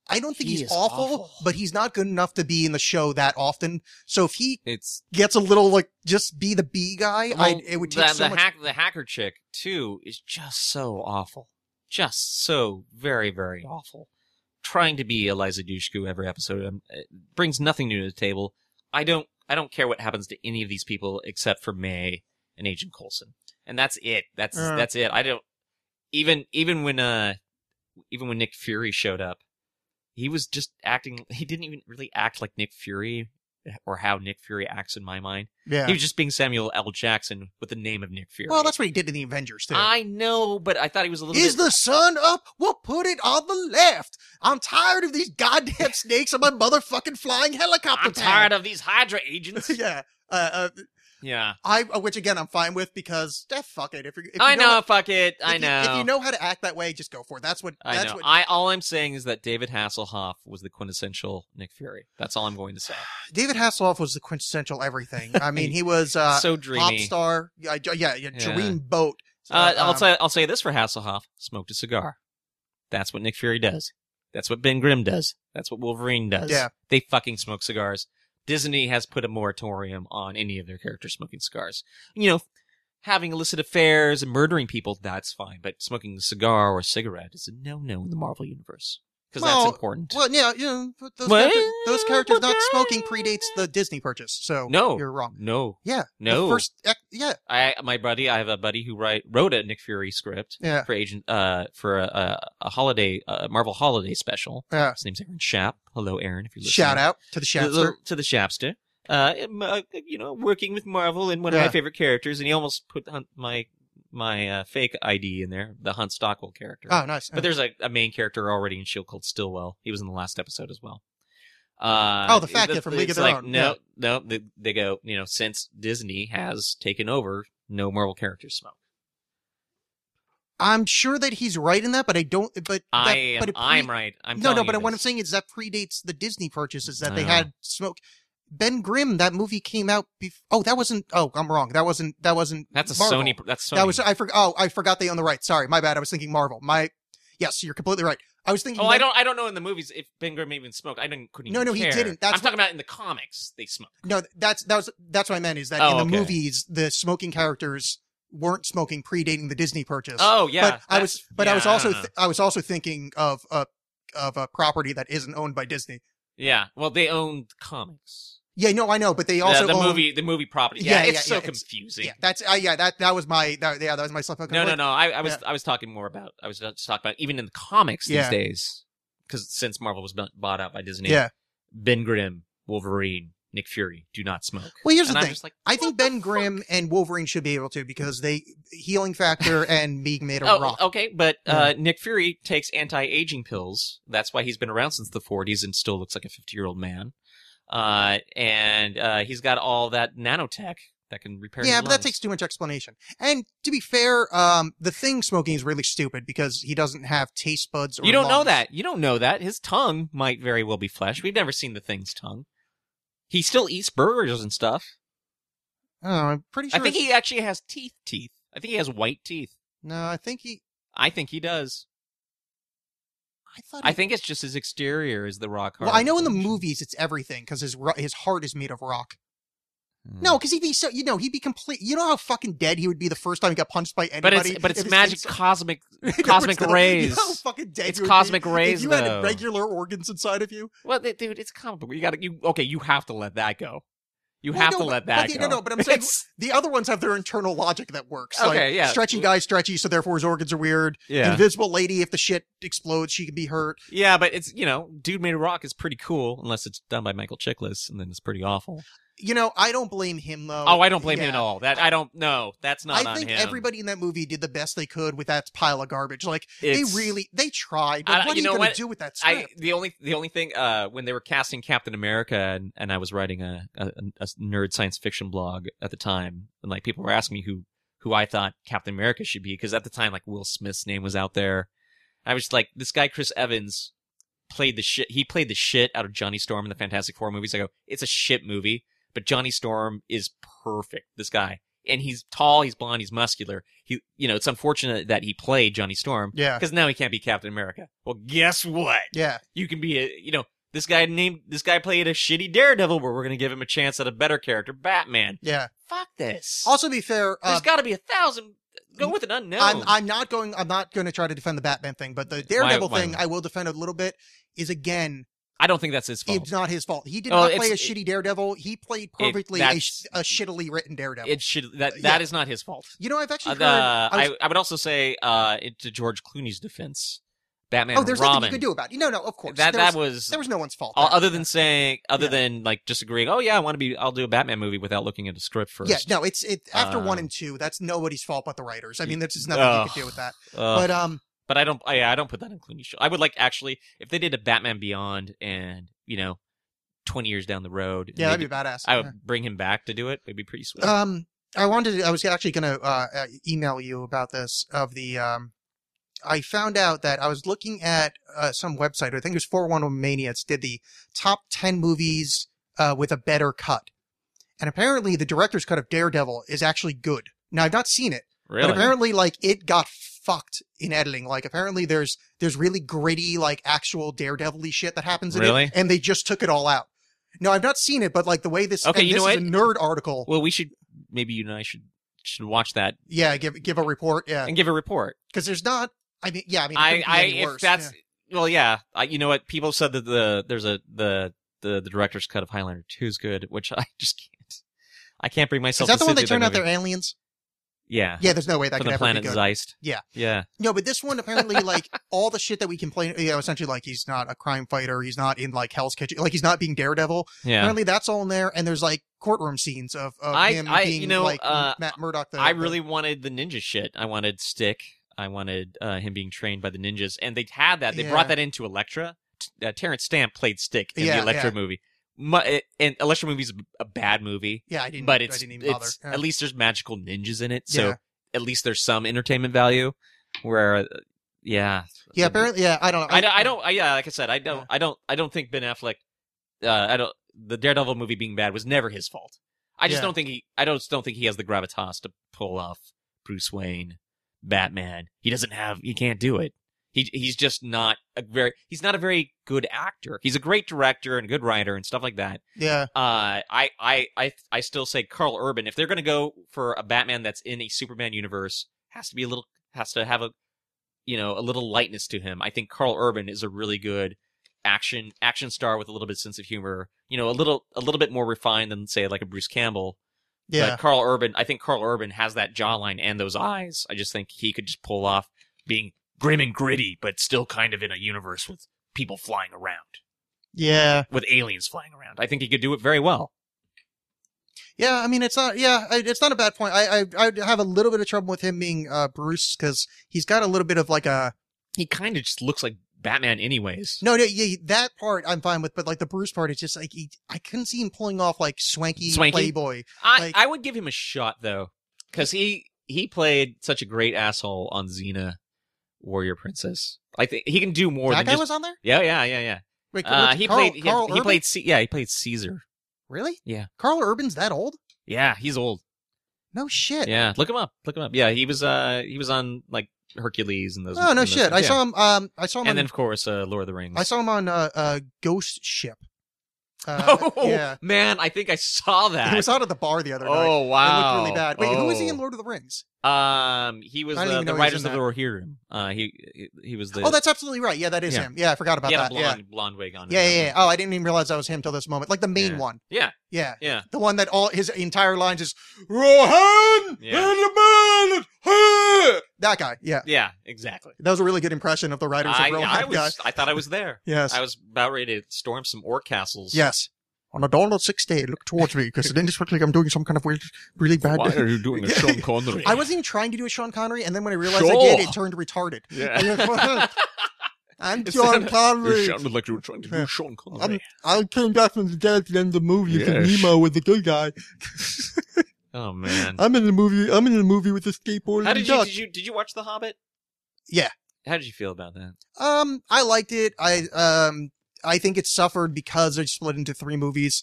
D: I don't think
E: He
D: he's
E: is
D: awful,
E: awful.
D: but he's not good enough to be in the show that often. So if he
E: it's
D: gets a little like just be the B guy, I
E: well,
D: it would
E: the,
D: take so
E: the
D: much.
E: hack the hacker chick too is just so awful just so very very awful trying to be eliza dushku every episode um, it brings nothing new to the table i don't i don't care what happens to any of these people except for may and agent colson and that's it that's
D: Uh.
E: that's it i don't even even when uh even when nick fury showed up he was just acting he didn't even really act like nick fury or how nick fury acts in my mind
D: yeah.
E: he was just being Samuel L. Jackson with the name of Nick Fury.
D: Well, that's what he did in the Avengers too.
E: I know, but I thought he was a little.
D: Is
E: bit...
D: the sun up? We'll put it on the left. I'm tired of these goddamn snakes on my motherfucking flying helicopter.
E: I'm tired of these Hydra agents.
D: <laughs> yeah. Uh, uh,
E: yeah,
D: I uh, which again I'm fine with because eh, fuck it if, you're, if you
E: I know.
D: how-
E: fuck it.
D: if
E: I
D: you-
E: know.
D: if you know how to act that way just go for it that's what
E: I
D: that's
E: know.
D: what
E: I all I'm saying is that David Hasselhoff was the quintessential Nick Fury. That's all I'm going to say.
D: David Hasselhoff was the quintessential everything
E: <laughs>
D: I mean he was uh
E: so
D: pop
E: dreamy.
D: star yeah j- yeah, yeah,
E: Yeah.
D: dream boat
E: Uh, I'll
D: um,
E: say I'll say this for Hasselhoff: smoked a cigar. That's what Nick Fury does. That's what Ben Grimm does. That's what Wolverine does.
D: Yeah.
E: they fucking smoke cigars. Disney has put a moratorium on any of their characters smoking cigars. You know, having illicit affairs and murdering people—that's fine, but smoking a cigar or a cigarette is a no-no in the Marvel universe because
D: Well,
E: that's important.
D: well yeah you know but those,
E: Well,
D: characters, those characters not
E: okay.
D: smoking predates
E: <laughs>
D: the Disney purchase so
E: No.
D: you're wrong
E: No,
D: yeah The
E: no.
D: first ec- yeah
E: I my buddy, I have a buddy who write wrote a Nick Fury script <laughs>
D: yeah
E: for agent uh for a a, a holiday a Marvel holiday special.
D: Yeah.
E: His name's Aaron Shap. Hello, Aaron. If you're listening,
D: Shout out to the
E: to
D: Shapster.
E: the, to the Shapster. Uh, um, uh, you know, working with Marvel and one of
D: Yeah.
E: my favorite characters, and he almost put Hunt, my my uh, fake ID in there, the Hunt Stockwell character.
D: Oh, nice.
E: But there's a, a main character already in Shield E called Stillwell. He was in the last episode as well. Uh,
D: Oh, the fat kid from League
E: it's
D: of Their
E: like,
D: Own,
E: No,
D: yeah.
E: no, they, they go. You know, since Disney has taken over, no Marvel characters smoke.
D: I'm sure that he's right in that, but I don't. But
E: I
D: that,
E: am.
D: But it pre-
E: I'm right. I'm
D: no, no.
E: telling
D: But
E: you
D: what I'm
E: this. Uh-huh.
D: saying is that predates the Disney purchases that
E: I
D: they
E: know.
D: had smoke. Ben Grimm, that movie came out. Bef- oh, that wasn't. Oh, I'm wrong. That wasn't. That wasn't.
E: That's a
D: Marvel.
E: Sony. That's Sony.
D: That was. I forgot. Oh, I forgot they own the rights. Sorry, my bad. I was thinking Marvel. My. Yes, you're completely right. I was thinking.
E: Oh, I
D: that-
E: don't. I don't know in the movies if Ben Grimm even smoked. I didn't. Couldn't.
D: No,
E: even
D: no, he
E: care.
D: didn't. That's
E: I'm talking about in the comics they smoke.
D: No, that's that was that's what I meant. Is that
E: Oh,
D: in the
E: okay.
D: movies the smoking characters weren't smoking predating the Disney purchase.
E: Oh yeah.
D: but I was,
E: that's-
D: but I
E: yeah,
D: was also,
E: don't know.
D: th- I was also thinking of a of a property that isn't owned by Disney.
E: yeah. Well, they owned comics.
D: Yeah, no, I know, but they
E: The-
D: also
E: the,
D: own-
E: movie, the movie property.
D: Yeah,
E: Yeah,
D: yeah,
E: it's so
D: yeah, it's-
E: confusing.
D: Yeah, that's uh, yeah, that that was my that, yeah, that was my self.
E: No, no, no. I, I was,
D: Yeah.
E: I was talking more about. I was just talking about even in the comics
D: Yeah.
E: these days, because since Marvel was bu- bought out by Disney.
D: Yeah.
E: Ben Grimm, Wolverine, Nick Fury do not smoke.
D: Well, here's
E: and
D: the
E: I'm
D: thing.
E: just like,
D: I think
E: what the
D: Ben Grimm and Wolverine should be able to because they healing factor and being made of
E: Oh,
D: rock.
E: okay, but uh, Nick Fury takes anti-aging pills. That's why he's been around since the 40s and still looks like a 50-year-old man. Uh, and uh, he's got all that nanotech that can repair.
D: yeah,
E: your
D: but that
E: lungs.
D: takes too much explanation. And to be fair, um, the thing smoking is really stupid because he doesn't have taste buds. Or
E: You don't know
D: lungs.
E: that. You don't know that. His tongue might very well be flesh. We've never seen the thing's tongue. He still eats burgers and stuff.
D: Oh, I'm pretty sure.
E: I think
D: it's-
E: he actually has teeth. Teeth. I think he has white teeth.
D: No, I think he.
E: I think he does.
D: I thought.
E: I
D: he-
E: think it's just his exterior is the rock hard.
D: Well, I know in the movies it's everything because his ro- his heart is made of rock.
E: Hmm.
D: No, because he'd be so you know he'd be complete. You know how fucking dead he would be the first time he got punched by
E: but
D: anybody.
E: it's but
D: if
E: it's
D: his
E: magic
D: inside- <laughs>
E: cosmic
D: No, it's
E: cosmic
D: not. You
E: rays.
D: know how fucking dead
E: It's
D: you would be
E: cosmic rays,
D: If you
E: though.
D: had regular organs inside of you,
E: Well, th- dude, it's comic book. You got to you okay. You have to let that go. You
D: Well,
E: have
D: no,
E: to
D: but-
E: let that
D: but-
E: go.
D: no, no, but
E: <laughs>
D: I'm saying- <laughs>
E: It's-
D: the other ones have their internal logic that works.
E: Okay,
D: like,
E: yeah.
D: Stretchy guy, stretchy, so therefore his organs are weird.
E: yeah,
D: Invisible lady, if the shit explodes, she can be hurt.
E: yeah, but it's you know, dude made a rock is pretty cool unless it's done by Michael Chiklis and then it's pretty awful.
D: You know, I don't blame him though.
E: Oh, I don't blame him at
D: Yeah.
E: all. That I don't know. That's not
D: I
E: on
D: think
E: him.
D: everybody in that movie did the best they could with that pile of garbage. Like
E: It's-
D: they really, they tried.
E: I-
D: But what
E: you
D: are you
E: know
D: going
E: what?
D: to do with that
E: I
D: script?
E: the only the only thing uh when they were casting Captain America and, and I was writing a, a a nerd science fiction blog at the time and like people were asking me who who I thought Captain America should be because at the time like Will Smith's name was out there. I was like this guy Chris Evans played the shit he played the shit out of Johnny Storm in the Fantastic Four movies. I go it's a shit movie, but Johnny Storm is perfect. This guy and he's tall, he's blonde, he's muscular. He you know it's unfortunate that he played Johnny Storm
D: yeah,
E: because now he can't be Captain America. Well, guess what?
D: yeah.
E: you can be a you know this guy named this guy played a shitty daredevil but we're gonna give him a chance at a better character batman
D: Yeah.
E: fuck this
D: Also, be fair. Uh,
E: there's gotta be a thousand go with an unknown
D: I'm I'm not going. I'm not going to try to defend the Batman thing, but the Daredevil
E: why
D: thing
E: not?
D: I will defend a little bit. Is again,
E: i do not think that's his fault
D: it's not his fault. He did
E: Well,
D: not play a
E: Oh. it's-
D: shitty Daredevil. He played perfectly a, sh-
E: that's-
D: a shittily written Daredevil.
E: it should that that
D: Uh,
E: is
D: yeah.
E: not his fault
D: you know, I've actually
E: uh,
D: heard.
E: the,
D: I was-
E: I, I would also say uh it, to george clooney's defense batman
D: oh,
E: and
D: there's
E: robin
D: nothing you can do about it. No, no, of course.
E: that
D: there
E: that
D: was,
E: was,
D: there was no one's fault.
E: o-
D: there.
E: other than saying other
D: Yeah.
E: than like just agreeing oh yeah i want to be i'll do a batman movie without looking at a script first
D: Yeah, no, it's it after one
E: Uh,
D: and two. That's nobody's fault but the writers. I mean, there's just nothing you
E: Ugh.
D: could do with that.
E: Ugh.
D: But um,
E: But I don't. I, I don't put that in Clooney's show. I would like actually if they did a Batman Beyond and you know, twenty years down the road. and
D: yeah,
E: they
D: that'd be
E: did-
D: badass.
E: I would bring him back to do it. It'd be pretty sweet.
D: Yeah. Um, I wanted. I was actually going to uh, uh, email you about this. Of the um, I found out that I was looking at uh, some website. I think it was 411 Maniacs did the top ten movies uh, with a better cut, and apparently the director's cut of Daredevil is actually good. Now I've not seen it.
E: really?
D: But apparently, like it got fucked in editing. Like apparently, there's there's really gritty, like actual daredevil-y shit that happens in
E: Really?
D: it, and they just took it all out. No, I've not seen it, but like the way this
E: Okay,
D: and
E: you
D: this
E: know
D: is a nerd article.
E: well, we should. Maybe you and I should should watch that
D: yeah, give give a report. Yeah,
E: and give a report.
D: because there's not. I mean, yeah, Uh, I mean, it
E: I,
D: couldn't be
E: I
D: any
E: if
D: worse,
E: that's well, yeah. I, you know what? People said that the there's a the the, the director's cut of Highlander two is good, which <laughs> I just can't. I can't bring
D: yeah. is
E: myself.
D: that
E: to
D: the one
E: sit
D: they
E: through
D: turned
E: that
D: out
E: movie.
D: they're aliens?
E: Yeah.
D: Yeah, there's no way that
E: From
D: could
E: the
D: ever be
E: planet
D: good.
E: Zeist.
D: Yeah.
E: Yeah.
D: No, but this one apparently, like all the shit that we complain, you know, essentially, like he's not a crime fighter, he's not in like Hell's Kitchen, like he's not being Daredevil.
E: Yeah.
D: Apparently, that's all in there, and there's like courtroom scenes of, of
E: I-
D: him
E: I-
D: being
E: you know,
D: like
E: uh,
D: Matt Murdock. The, <laughs>
E: I
D: the-
E: really wanted the ninja shit. I wanted Stick. I wanted uh, him being trained by the ninjas, and they had that. They
D: Yeah.
E: brought that into Elektra. T- uh, Terrence Stamp played Stick in
D: Yeah,
E: the Elektra
D: yeah.
E: movie. Mu- it, and Elektra movie's a- a bad movie,
D: yeah, I didn't,
E: but it's,
D: I didn't even bother.
E: it's
D: Yeah.
E: at least there's magical ninjas in it, so
D: Yeah.
E: at least there's some entertainment value. Where, uh, yeah,
D: yeah, apparently, yeah, I don't know.
E: I, don't- I don't. I, yeah, like I said, I don't.
D: Yeah.
E: I don't. I don't think Ben Affleck. Uh, I don't. The Daredevil movie being bad was never his fault. I just
D: Yeah.
E: don't think he. I don't. just Don't think he has the gravitas to pull off Bruce Wayne, Batman. He doesn't have. He can't do it. He he's just not a very. He's not a very good actor. He's a great director and a good writer and stuff like that.
D: Yeah,
E: Uh, I I I I still say Carl Urban. If they're gonna go for a Batman that's in a Superman universe, has to be a little has to have a you know a little lightness to him. I think Carl Urban is a really good action action star with a little bit sense of humor. You know, a little a little bit more refined than say like a Bruce Campbell.
D: yeah,
E: But Carl Urban, I think Carl Urban has that jawline and those eyes. I just think he could just pull off being grim and gritty, but still kind of in a universe with people flying around,
D: yeah,
E: with aliens flying around. I think he could do it very well.
D: yeah. I mean, it's not. Yeah, I- it's not a bad point. I I I would have a little bit of trouble with him being uh, Bruce because he's got a little bit of like a
E: he kind of just looks like Batman anyways.
D: No, no, yeah, that part I'm fine with, but like the Bruce part, it's just like he, I couldn't see him pulling off like swanky,
E: Swanky?
D: playboy.
E: I,
D: like-
E: I would give him a shot though, because he he played such a great asshole on Xena, Warrior Princess. I think he can do more
D: that
E: than
D: guy
E: just
D: was on there.
E: yeah yeah yeah yeah.
D: Wait,
E: Uh,
D: what's-
E: he
D: Carl,
E: played he,
D: Carl
E: he
D: Urban?
E: played Ce- yeah he played Caesar.
D: really?
E: Yeah.
D: Carl Urban's that old?
E: Yeah, he's old.
D: No shit.
E: Yeah, look him up. Look him up. Yeah, he was uh he was on like Hercules and those.
D: Oh
E: and
D: no
E: those
D: shit!
E: things.
D: I
E: Yeah.
D: saw him. Um, I saw him. on,
E: And then of course uh, Lord of the Rings. <laughs>
D: <laughs> I saw him on uh, uh Ghost Ship. Uh,
E: <laughs> Oh
D: yeah.
E: man, I think I saw that.
D: <laughs> He was out at the bar the other night.
E: oh
D: It
E: wow,
D: looked really bad. Wait, who was he in
E: Oh.
D: Lord of the Rings?
E: Um, he was
D: I didn't
E: the,
D: even
E: the
D: know he was
E: writers
D: in
E: of the Rohirrim. Uh, he he- he was the
D: oh, that's absolutely right. Yeah, that is
E: Yeah.
D: him. Yeah, I forgot about
E: he had
D: that.
E: a blonde blonde wig on.
D: yeah. Yeah,
E: and
D: yeah, yeah. Oh, I didn't even realize that was him till this moment. Like the main
E: Yeah.
D: one.
E: Yeah.
D: Yeah. Oh,
E: Yeah.
D: The one that all his entire lines is Rohan
E: Yeah.
D: and the man at hand." That guy. Yeah.
E: everything. Yeah, exactly.
D: That was a really good impression of the writers
E: I,
D: of Rohan.
E: I
D: guy.
E: was I thought I was there.
D: Yes.
E: I was about ready to storm some orc castles.
D: Yes. On the dawn of sixth day, look towards me, because then it's looks like I'm doing some kind of weird, really bad.
E: you doing
D: a <laughs> Sean
E: Connery?
D: I wasn't even trying to do a Sean Connery, and then when I realized I
E: Sure.
D: did, it turned retarded.
E: <laughs>
D: <laughs>
E: Yeah.
D: I'm
E: It
D: Sean
E: <laughs> sounded-
D: Connery.
E: like you were trying to
D: do
E: Sean
D: I'm, I came back from the dead at the end of the movie because
E: Yes.
D: Nemo was the good guy.
E: Oh man.
D: I'm in the movie. I'm in the movie with the skateboard.
E: How
D: and
E: did
D: the
E: you
D: duck.
E: did you did you watch The Hobbit?
D: Yeah.
E: How did you feel about that?
D: Um, I liked it. I um, I think it suffered because it split into three movies.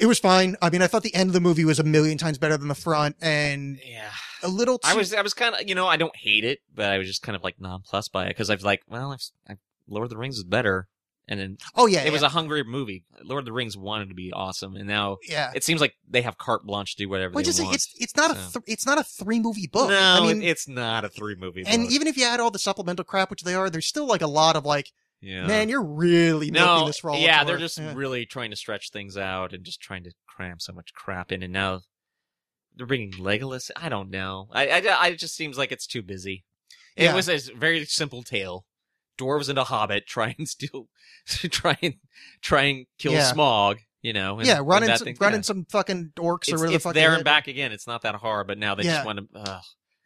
D: It was fine. I mean, I thought the end of the movie was a million times better than the front, and
E: Yeah.
D: a little. Too,
E: I was I was kind of you know I don't hate it, but I was just kind of like nonplussed by it because I've like well I've, i Lord of the Rings is better, and then
D: Oh yeah,
E: it was a hungry movie. Lord of the Rings wanted to be awesome, and now
D: yeah.
E: it seems like they have carte blanche to do whatever
D: Well,
E: they
D: just
E: want.
D: it's it's not a
E: so.
D: th- it's not a three movie book.
E: no,
D: I mean,
E: it- it's not a three movie.
D: and
E: book.
D: even if you add all the supplemental crap, which they are, there's still like a lot of like,
E: yeah.
D: man, you're really milking
E: no,
D: this for all it's
E: yeah, they're
D: worth.
E: just
D: Yeah.
E: really trying to stretch things out and just trying to cram so much crap in, and now they're bringing Legolas. I don't know. I I, I it just seems like it's too busy. It
D: Yeah.
E: was a very simple tale. Dwarves and a hobbit <laughs> try and steal, try and try and kill
D: Yeah.
E: Smog. You know, and,
D: yeah, running
E: and that
D: some,
E: thing-
D: running
E: yeah.
D: some fucking orcs or
E: it's,
D: whatever the
E: it's
D: fuck.
E: there and
D: they had.
E: back again. It's not that hard, but now they
D: Yeah.
E: just want to.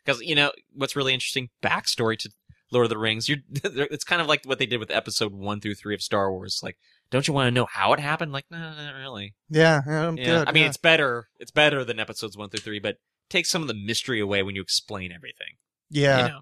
E: Because you know what's really interesting backstory to Lord of the Rings. You're, <laughs> they're- it's kind of like what they did with Episode One through Three of Star Wars. Like, don't you want to know how it happened? Like, no, not really.
D: Yeah, yeah, I'm
E: Yeah.
D: good,
E: I mean,
D: yeah.
E: it's better. It's better than Episodes One through Three, but take some of the mystery away when you explain everything.
D: yeah.
E: You know?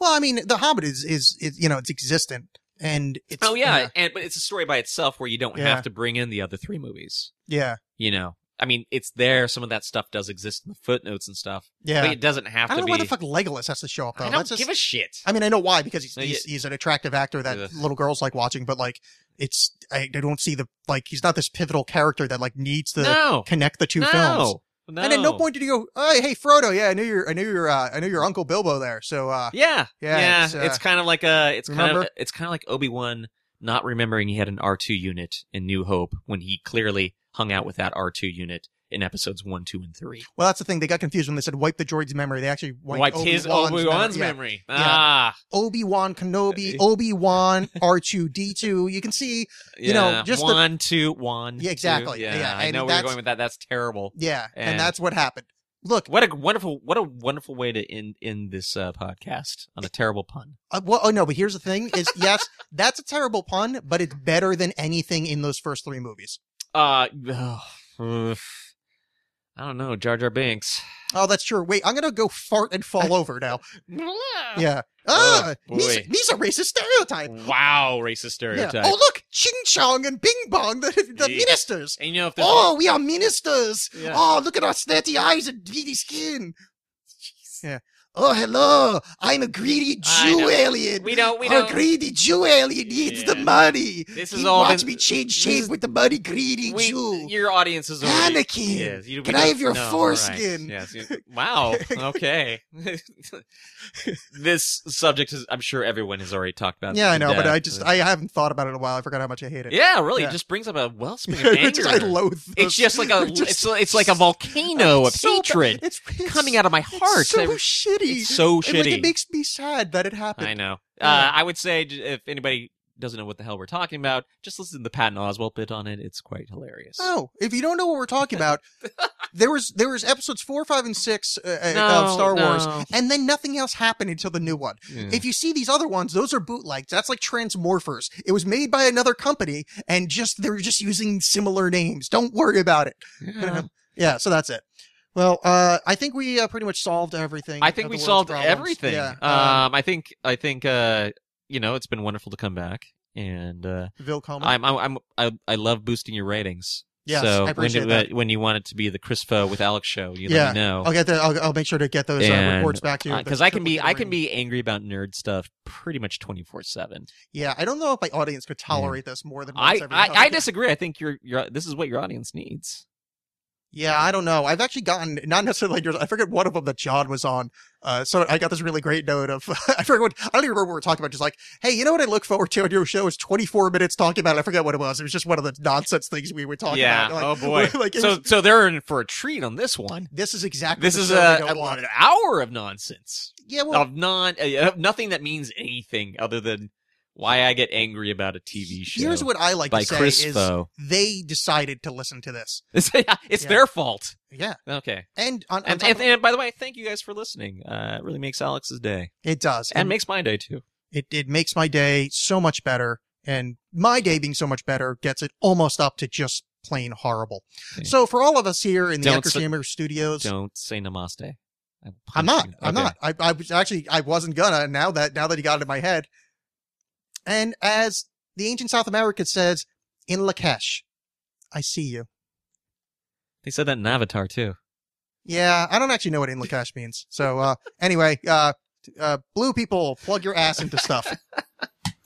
D: Well, I mean, The Hobbit is, is is you know it's existent and it's
E: Oh yeah, and but it's a story by itself where you don't
D: Yeah.
E: have to bring in the other three movies.
D: yeah
E: You know. I mean, it's there. Some of that stuff does exist in the footnotes and stuff,
D: yeah.
E: but it doesn't have
D: I
E: to
D: don't know
E: be.
D: why the fuck Legolas has to show up though.
E: I don't
D: That's just,
E: give a shit.
D: I mean, I know why because he's
E: No,
D: he's, he's an attractive actor that
E: Yeah.
D: little girls like watching, but like it's I, I don't see the like he's not this pivotal character that like needs to
E: no,
D: connect the two
E: no,
D: films.
E: No.
D: And at no point did he go, hey, hey, Frodo, yeah, I knew your, I knew your, uh, I knew your uncle Bilbo there. So, uh,
E: Yeah,
D: Yeah,
E: yeah.
D: it's,
E: It's,
D: uh,
E: kind of like a. It's kind
D: remember?
E: of. It's kind of like Obi Wan not remembering he had an R two unit in New Hope when he clearly hung out with that R two unit in episodes one, two, and three.
D: well, that's the thing. They got confused when they said wipe the droid's memory. They actually wiped,
E: Wiped his
D: Obi-Wan's
E: Obi Wan's
D: Yeah.
E: memory.
D: Yeah.
E: Ah,
D: Obi-Wan Kenobi,
E: Yeah. <laughs>
D: Obi-Wan R2D2. You can see, You know,
E: yeah.
D: just the-
E: one, two, one.
D: Yeah, exactly.
E: two. Yeah,
D: Yeah,
E: I
D: and
E: know where
D: that's-
E: you're going with that. That's terrible.
D: yeah, and,
E: And-
D: that's what happened. Look,
E: What a wonderful, what a wonderful way to end end this uh, podcast on a terrible pun.
D: uh, well, oh no, but here's the thing: is yes, <laughs> that's a terrible pun, but it's better than anything in those first three movies.
E: Uh, ugh. I don't know, Jar Jar Binks.
D: Oh, that's true. Wait, I'm gonna go fart and fall over now. Yeah. Ah,
E: Oh,
D: these,
E: boy.
D: these are racist stereotypes.
E: Wow, racist
D: Yeah.
E: stereotype.
D: Oh look, Ching Chong and Bing Bong, the, the
E: Yeah.
D: ministers.
E: And you know if there's
D: Oh, we are ministers.
E: Yeah.
D: Oh, look at our snotty eyes and greedy skin. Yeah. Oh, hello. I'm a greedy
E: I
D: Jew
E: know.
D: alien.
E: we don't we
D: Our
E: don't
D: greedy Jew alien needs the
E: Yeah.
D: money.
E: This
D: he
E: is all
D: wants
E: been-
D: me change
E: this
D: shape
E: is-
D: with the money, greedy
E: we,
D: Jew.
E: your audience is already
D: Anakin.
E: Yes, you- we
D: Can I
E: don't-
D: have your
E: no, all right.
D: foreskin?
E: Yes, you- wow. Okay. this subject is I'm sure everyone has already talked about.
D: Yeah,
E: to
D: I know, but
E: death.
D: I just I haven't thought about it in a while. I forgot how much I hate it. <laughs>
E: Yeah, really,
D: Yeah.
E: it just brings up a
D: <laughs>
E: wellspring of
D: I
E: anger.
D: just- I loathe.
E: it's
D: this.
E: just like
D: <laughs>
E: a
D: It just-
E: it's, it's like a volcano of
D: It's so bad.
E: hatred
D: It's, it's
E: coming out of my
D: it's
E: heart.
D: So
E: I-
D: shitty.
E: it's so
D: And,
E: shitty.
D: like, it makes me sad that it happened.
E: I <laughs> know.
D: Yeah.
E: Uh, I would say j- if anybody doesn't know what the hell we're talking about, just listen to the Patton Oswalt bit on it. It's quite hilarious. <laughs>
D: Oh, if you don't know what we're talking about, There was there was episodes four, five, and six uh, uh,
E: No,
D: of Star Wars, <laughs>
E: no.
D: and then nothing else happened until the new one.
E: Hmm.
D: If you see these other ones, those are bootlegs. That's like Transmorphers. It was made by another company, and just they were just using similar names. Don't worry about it.
E: Yeah.
D: <laughs> Yeah, so that's it. Well, uh, I think we uh, pretty much solved everything.
E: I think
D: of
E: we
D: the world's
E: solved
D: problems.
E: everything.
D: Yeah. Uh,
E: um, I think I think uh, you know it's been wonderful to come back, and uh,
D: Vil um, Coleman.
E: I'm, I'm I'm I I love boosting your ratings.
D: Yes,
E: so
D: I appreciate
E: when,
D: that.
E: uh, when you want it to be the Chris Fo with Alex show, you
D: Yeah.
E: let me know
D: I'll get the, I'll, I'll make sure to get those uh,
E: And,
D: reports back to you.
E: because
D: <laughs> the
E: I can be
D: triple
E: I can
D: rating.
E: be angry about nerd stuff pretty much twenty four seven.
D: Yeah, I don't know if my audience could tolerate this more than
E: I
D: once every
E: I
D: couple-
E: I disagree. I think your your this is what your audience needs.
D: Yeah, I don't know. I've actually gotten not necessarily yours. I forget one of them that John was on. Uh, so I got this really great note of <laughs> I forget what I don't even remember what we were talking about. Just like, hey, you know what I look forward to on your show is 24 minutes talking about. It. I forget what it was. It was just one of the nonsense things we were talking about. <laughs> Like, like it
E: Oh, so
D: was-
E: so they're in for a treat on this one.
D: this is exactly
E: This
D: the
E: is
D: show
E: a,
D: we
E: a-
D: don't
E: <laughs>
D: want.
E: an hour of nonsense.
D: Yeah, well,
E: of non uh, of nothing that means anything other than why I get angry about a TV show.
D: here's what I like
E: by
D: to say
E: Chris
D: is
E: Fo.
D: they decided to listen to this.
E: <laughs> It's, it's
D: Yeah.
E: their fault.
D: Yeah,
E: Okay.
D: and on, on
E: And,
D: top
E: and,
D: of-
E: and by the way, thank you guys for listening. Uh, it really makes Alex's day
D: it does.
E: and makes my day too.
D: it, it makes my day so much better and my day being so much better gets it almost up to just plain horrible
E: Yeah.
D: so for all of us here in the
E: Don't
D: Ecker
E: s-
D: Chamber studios
E: Don't say namaste. I will punch
D: i'm not
E: you.
D: i'm
E: Okay.
D: not I, I was actually i wasn't gonna now that now that he got it in my head and as the ancient south america says in lakesh i see you
E: They said that in Avatar too.
D: yeah i don't actually know what in lakesh means so uh anyway uh uh blue people plug your ass into stuff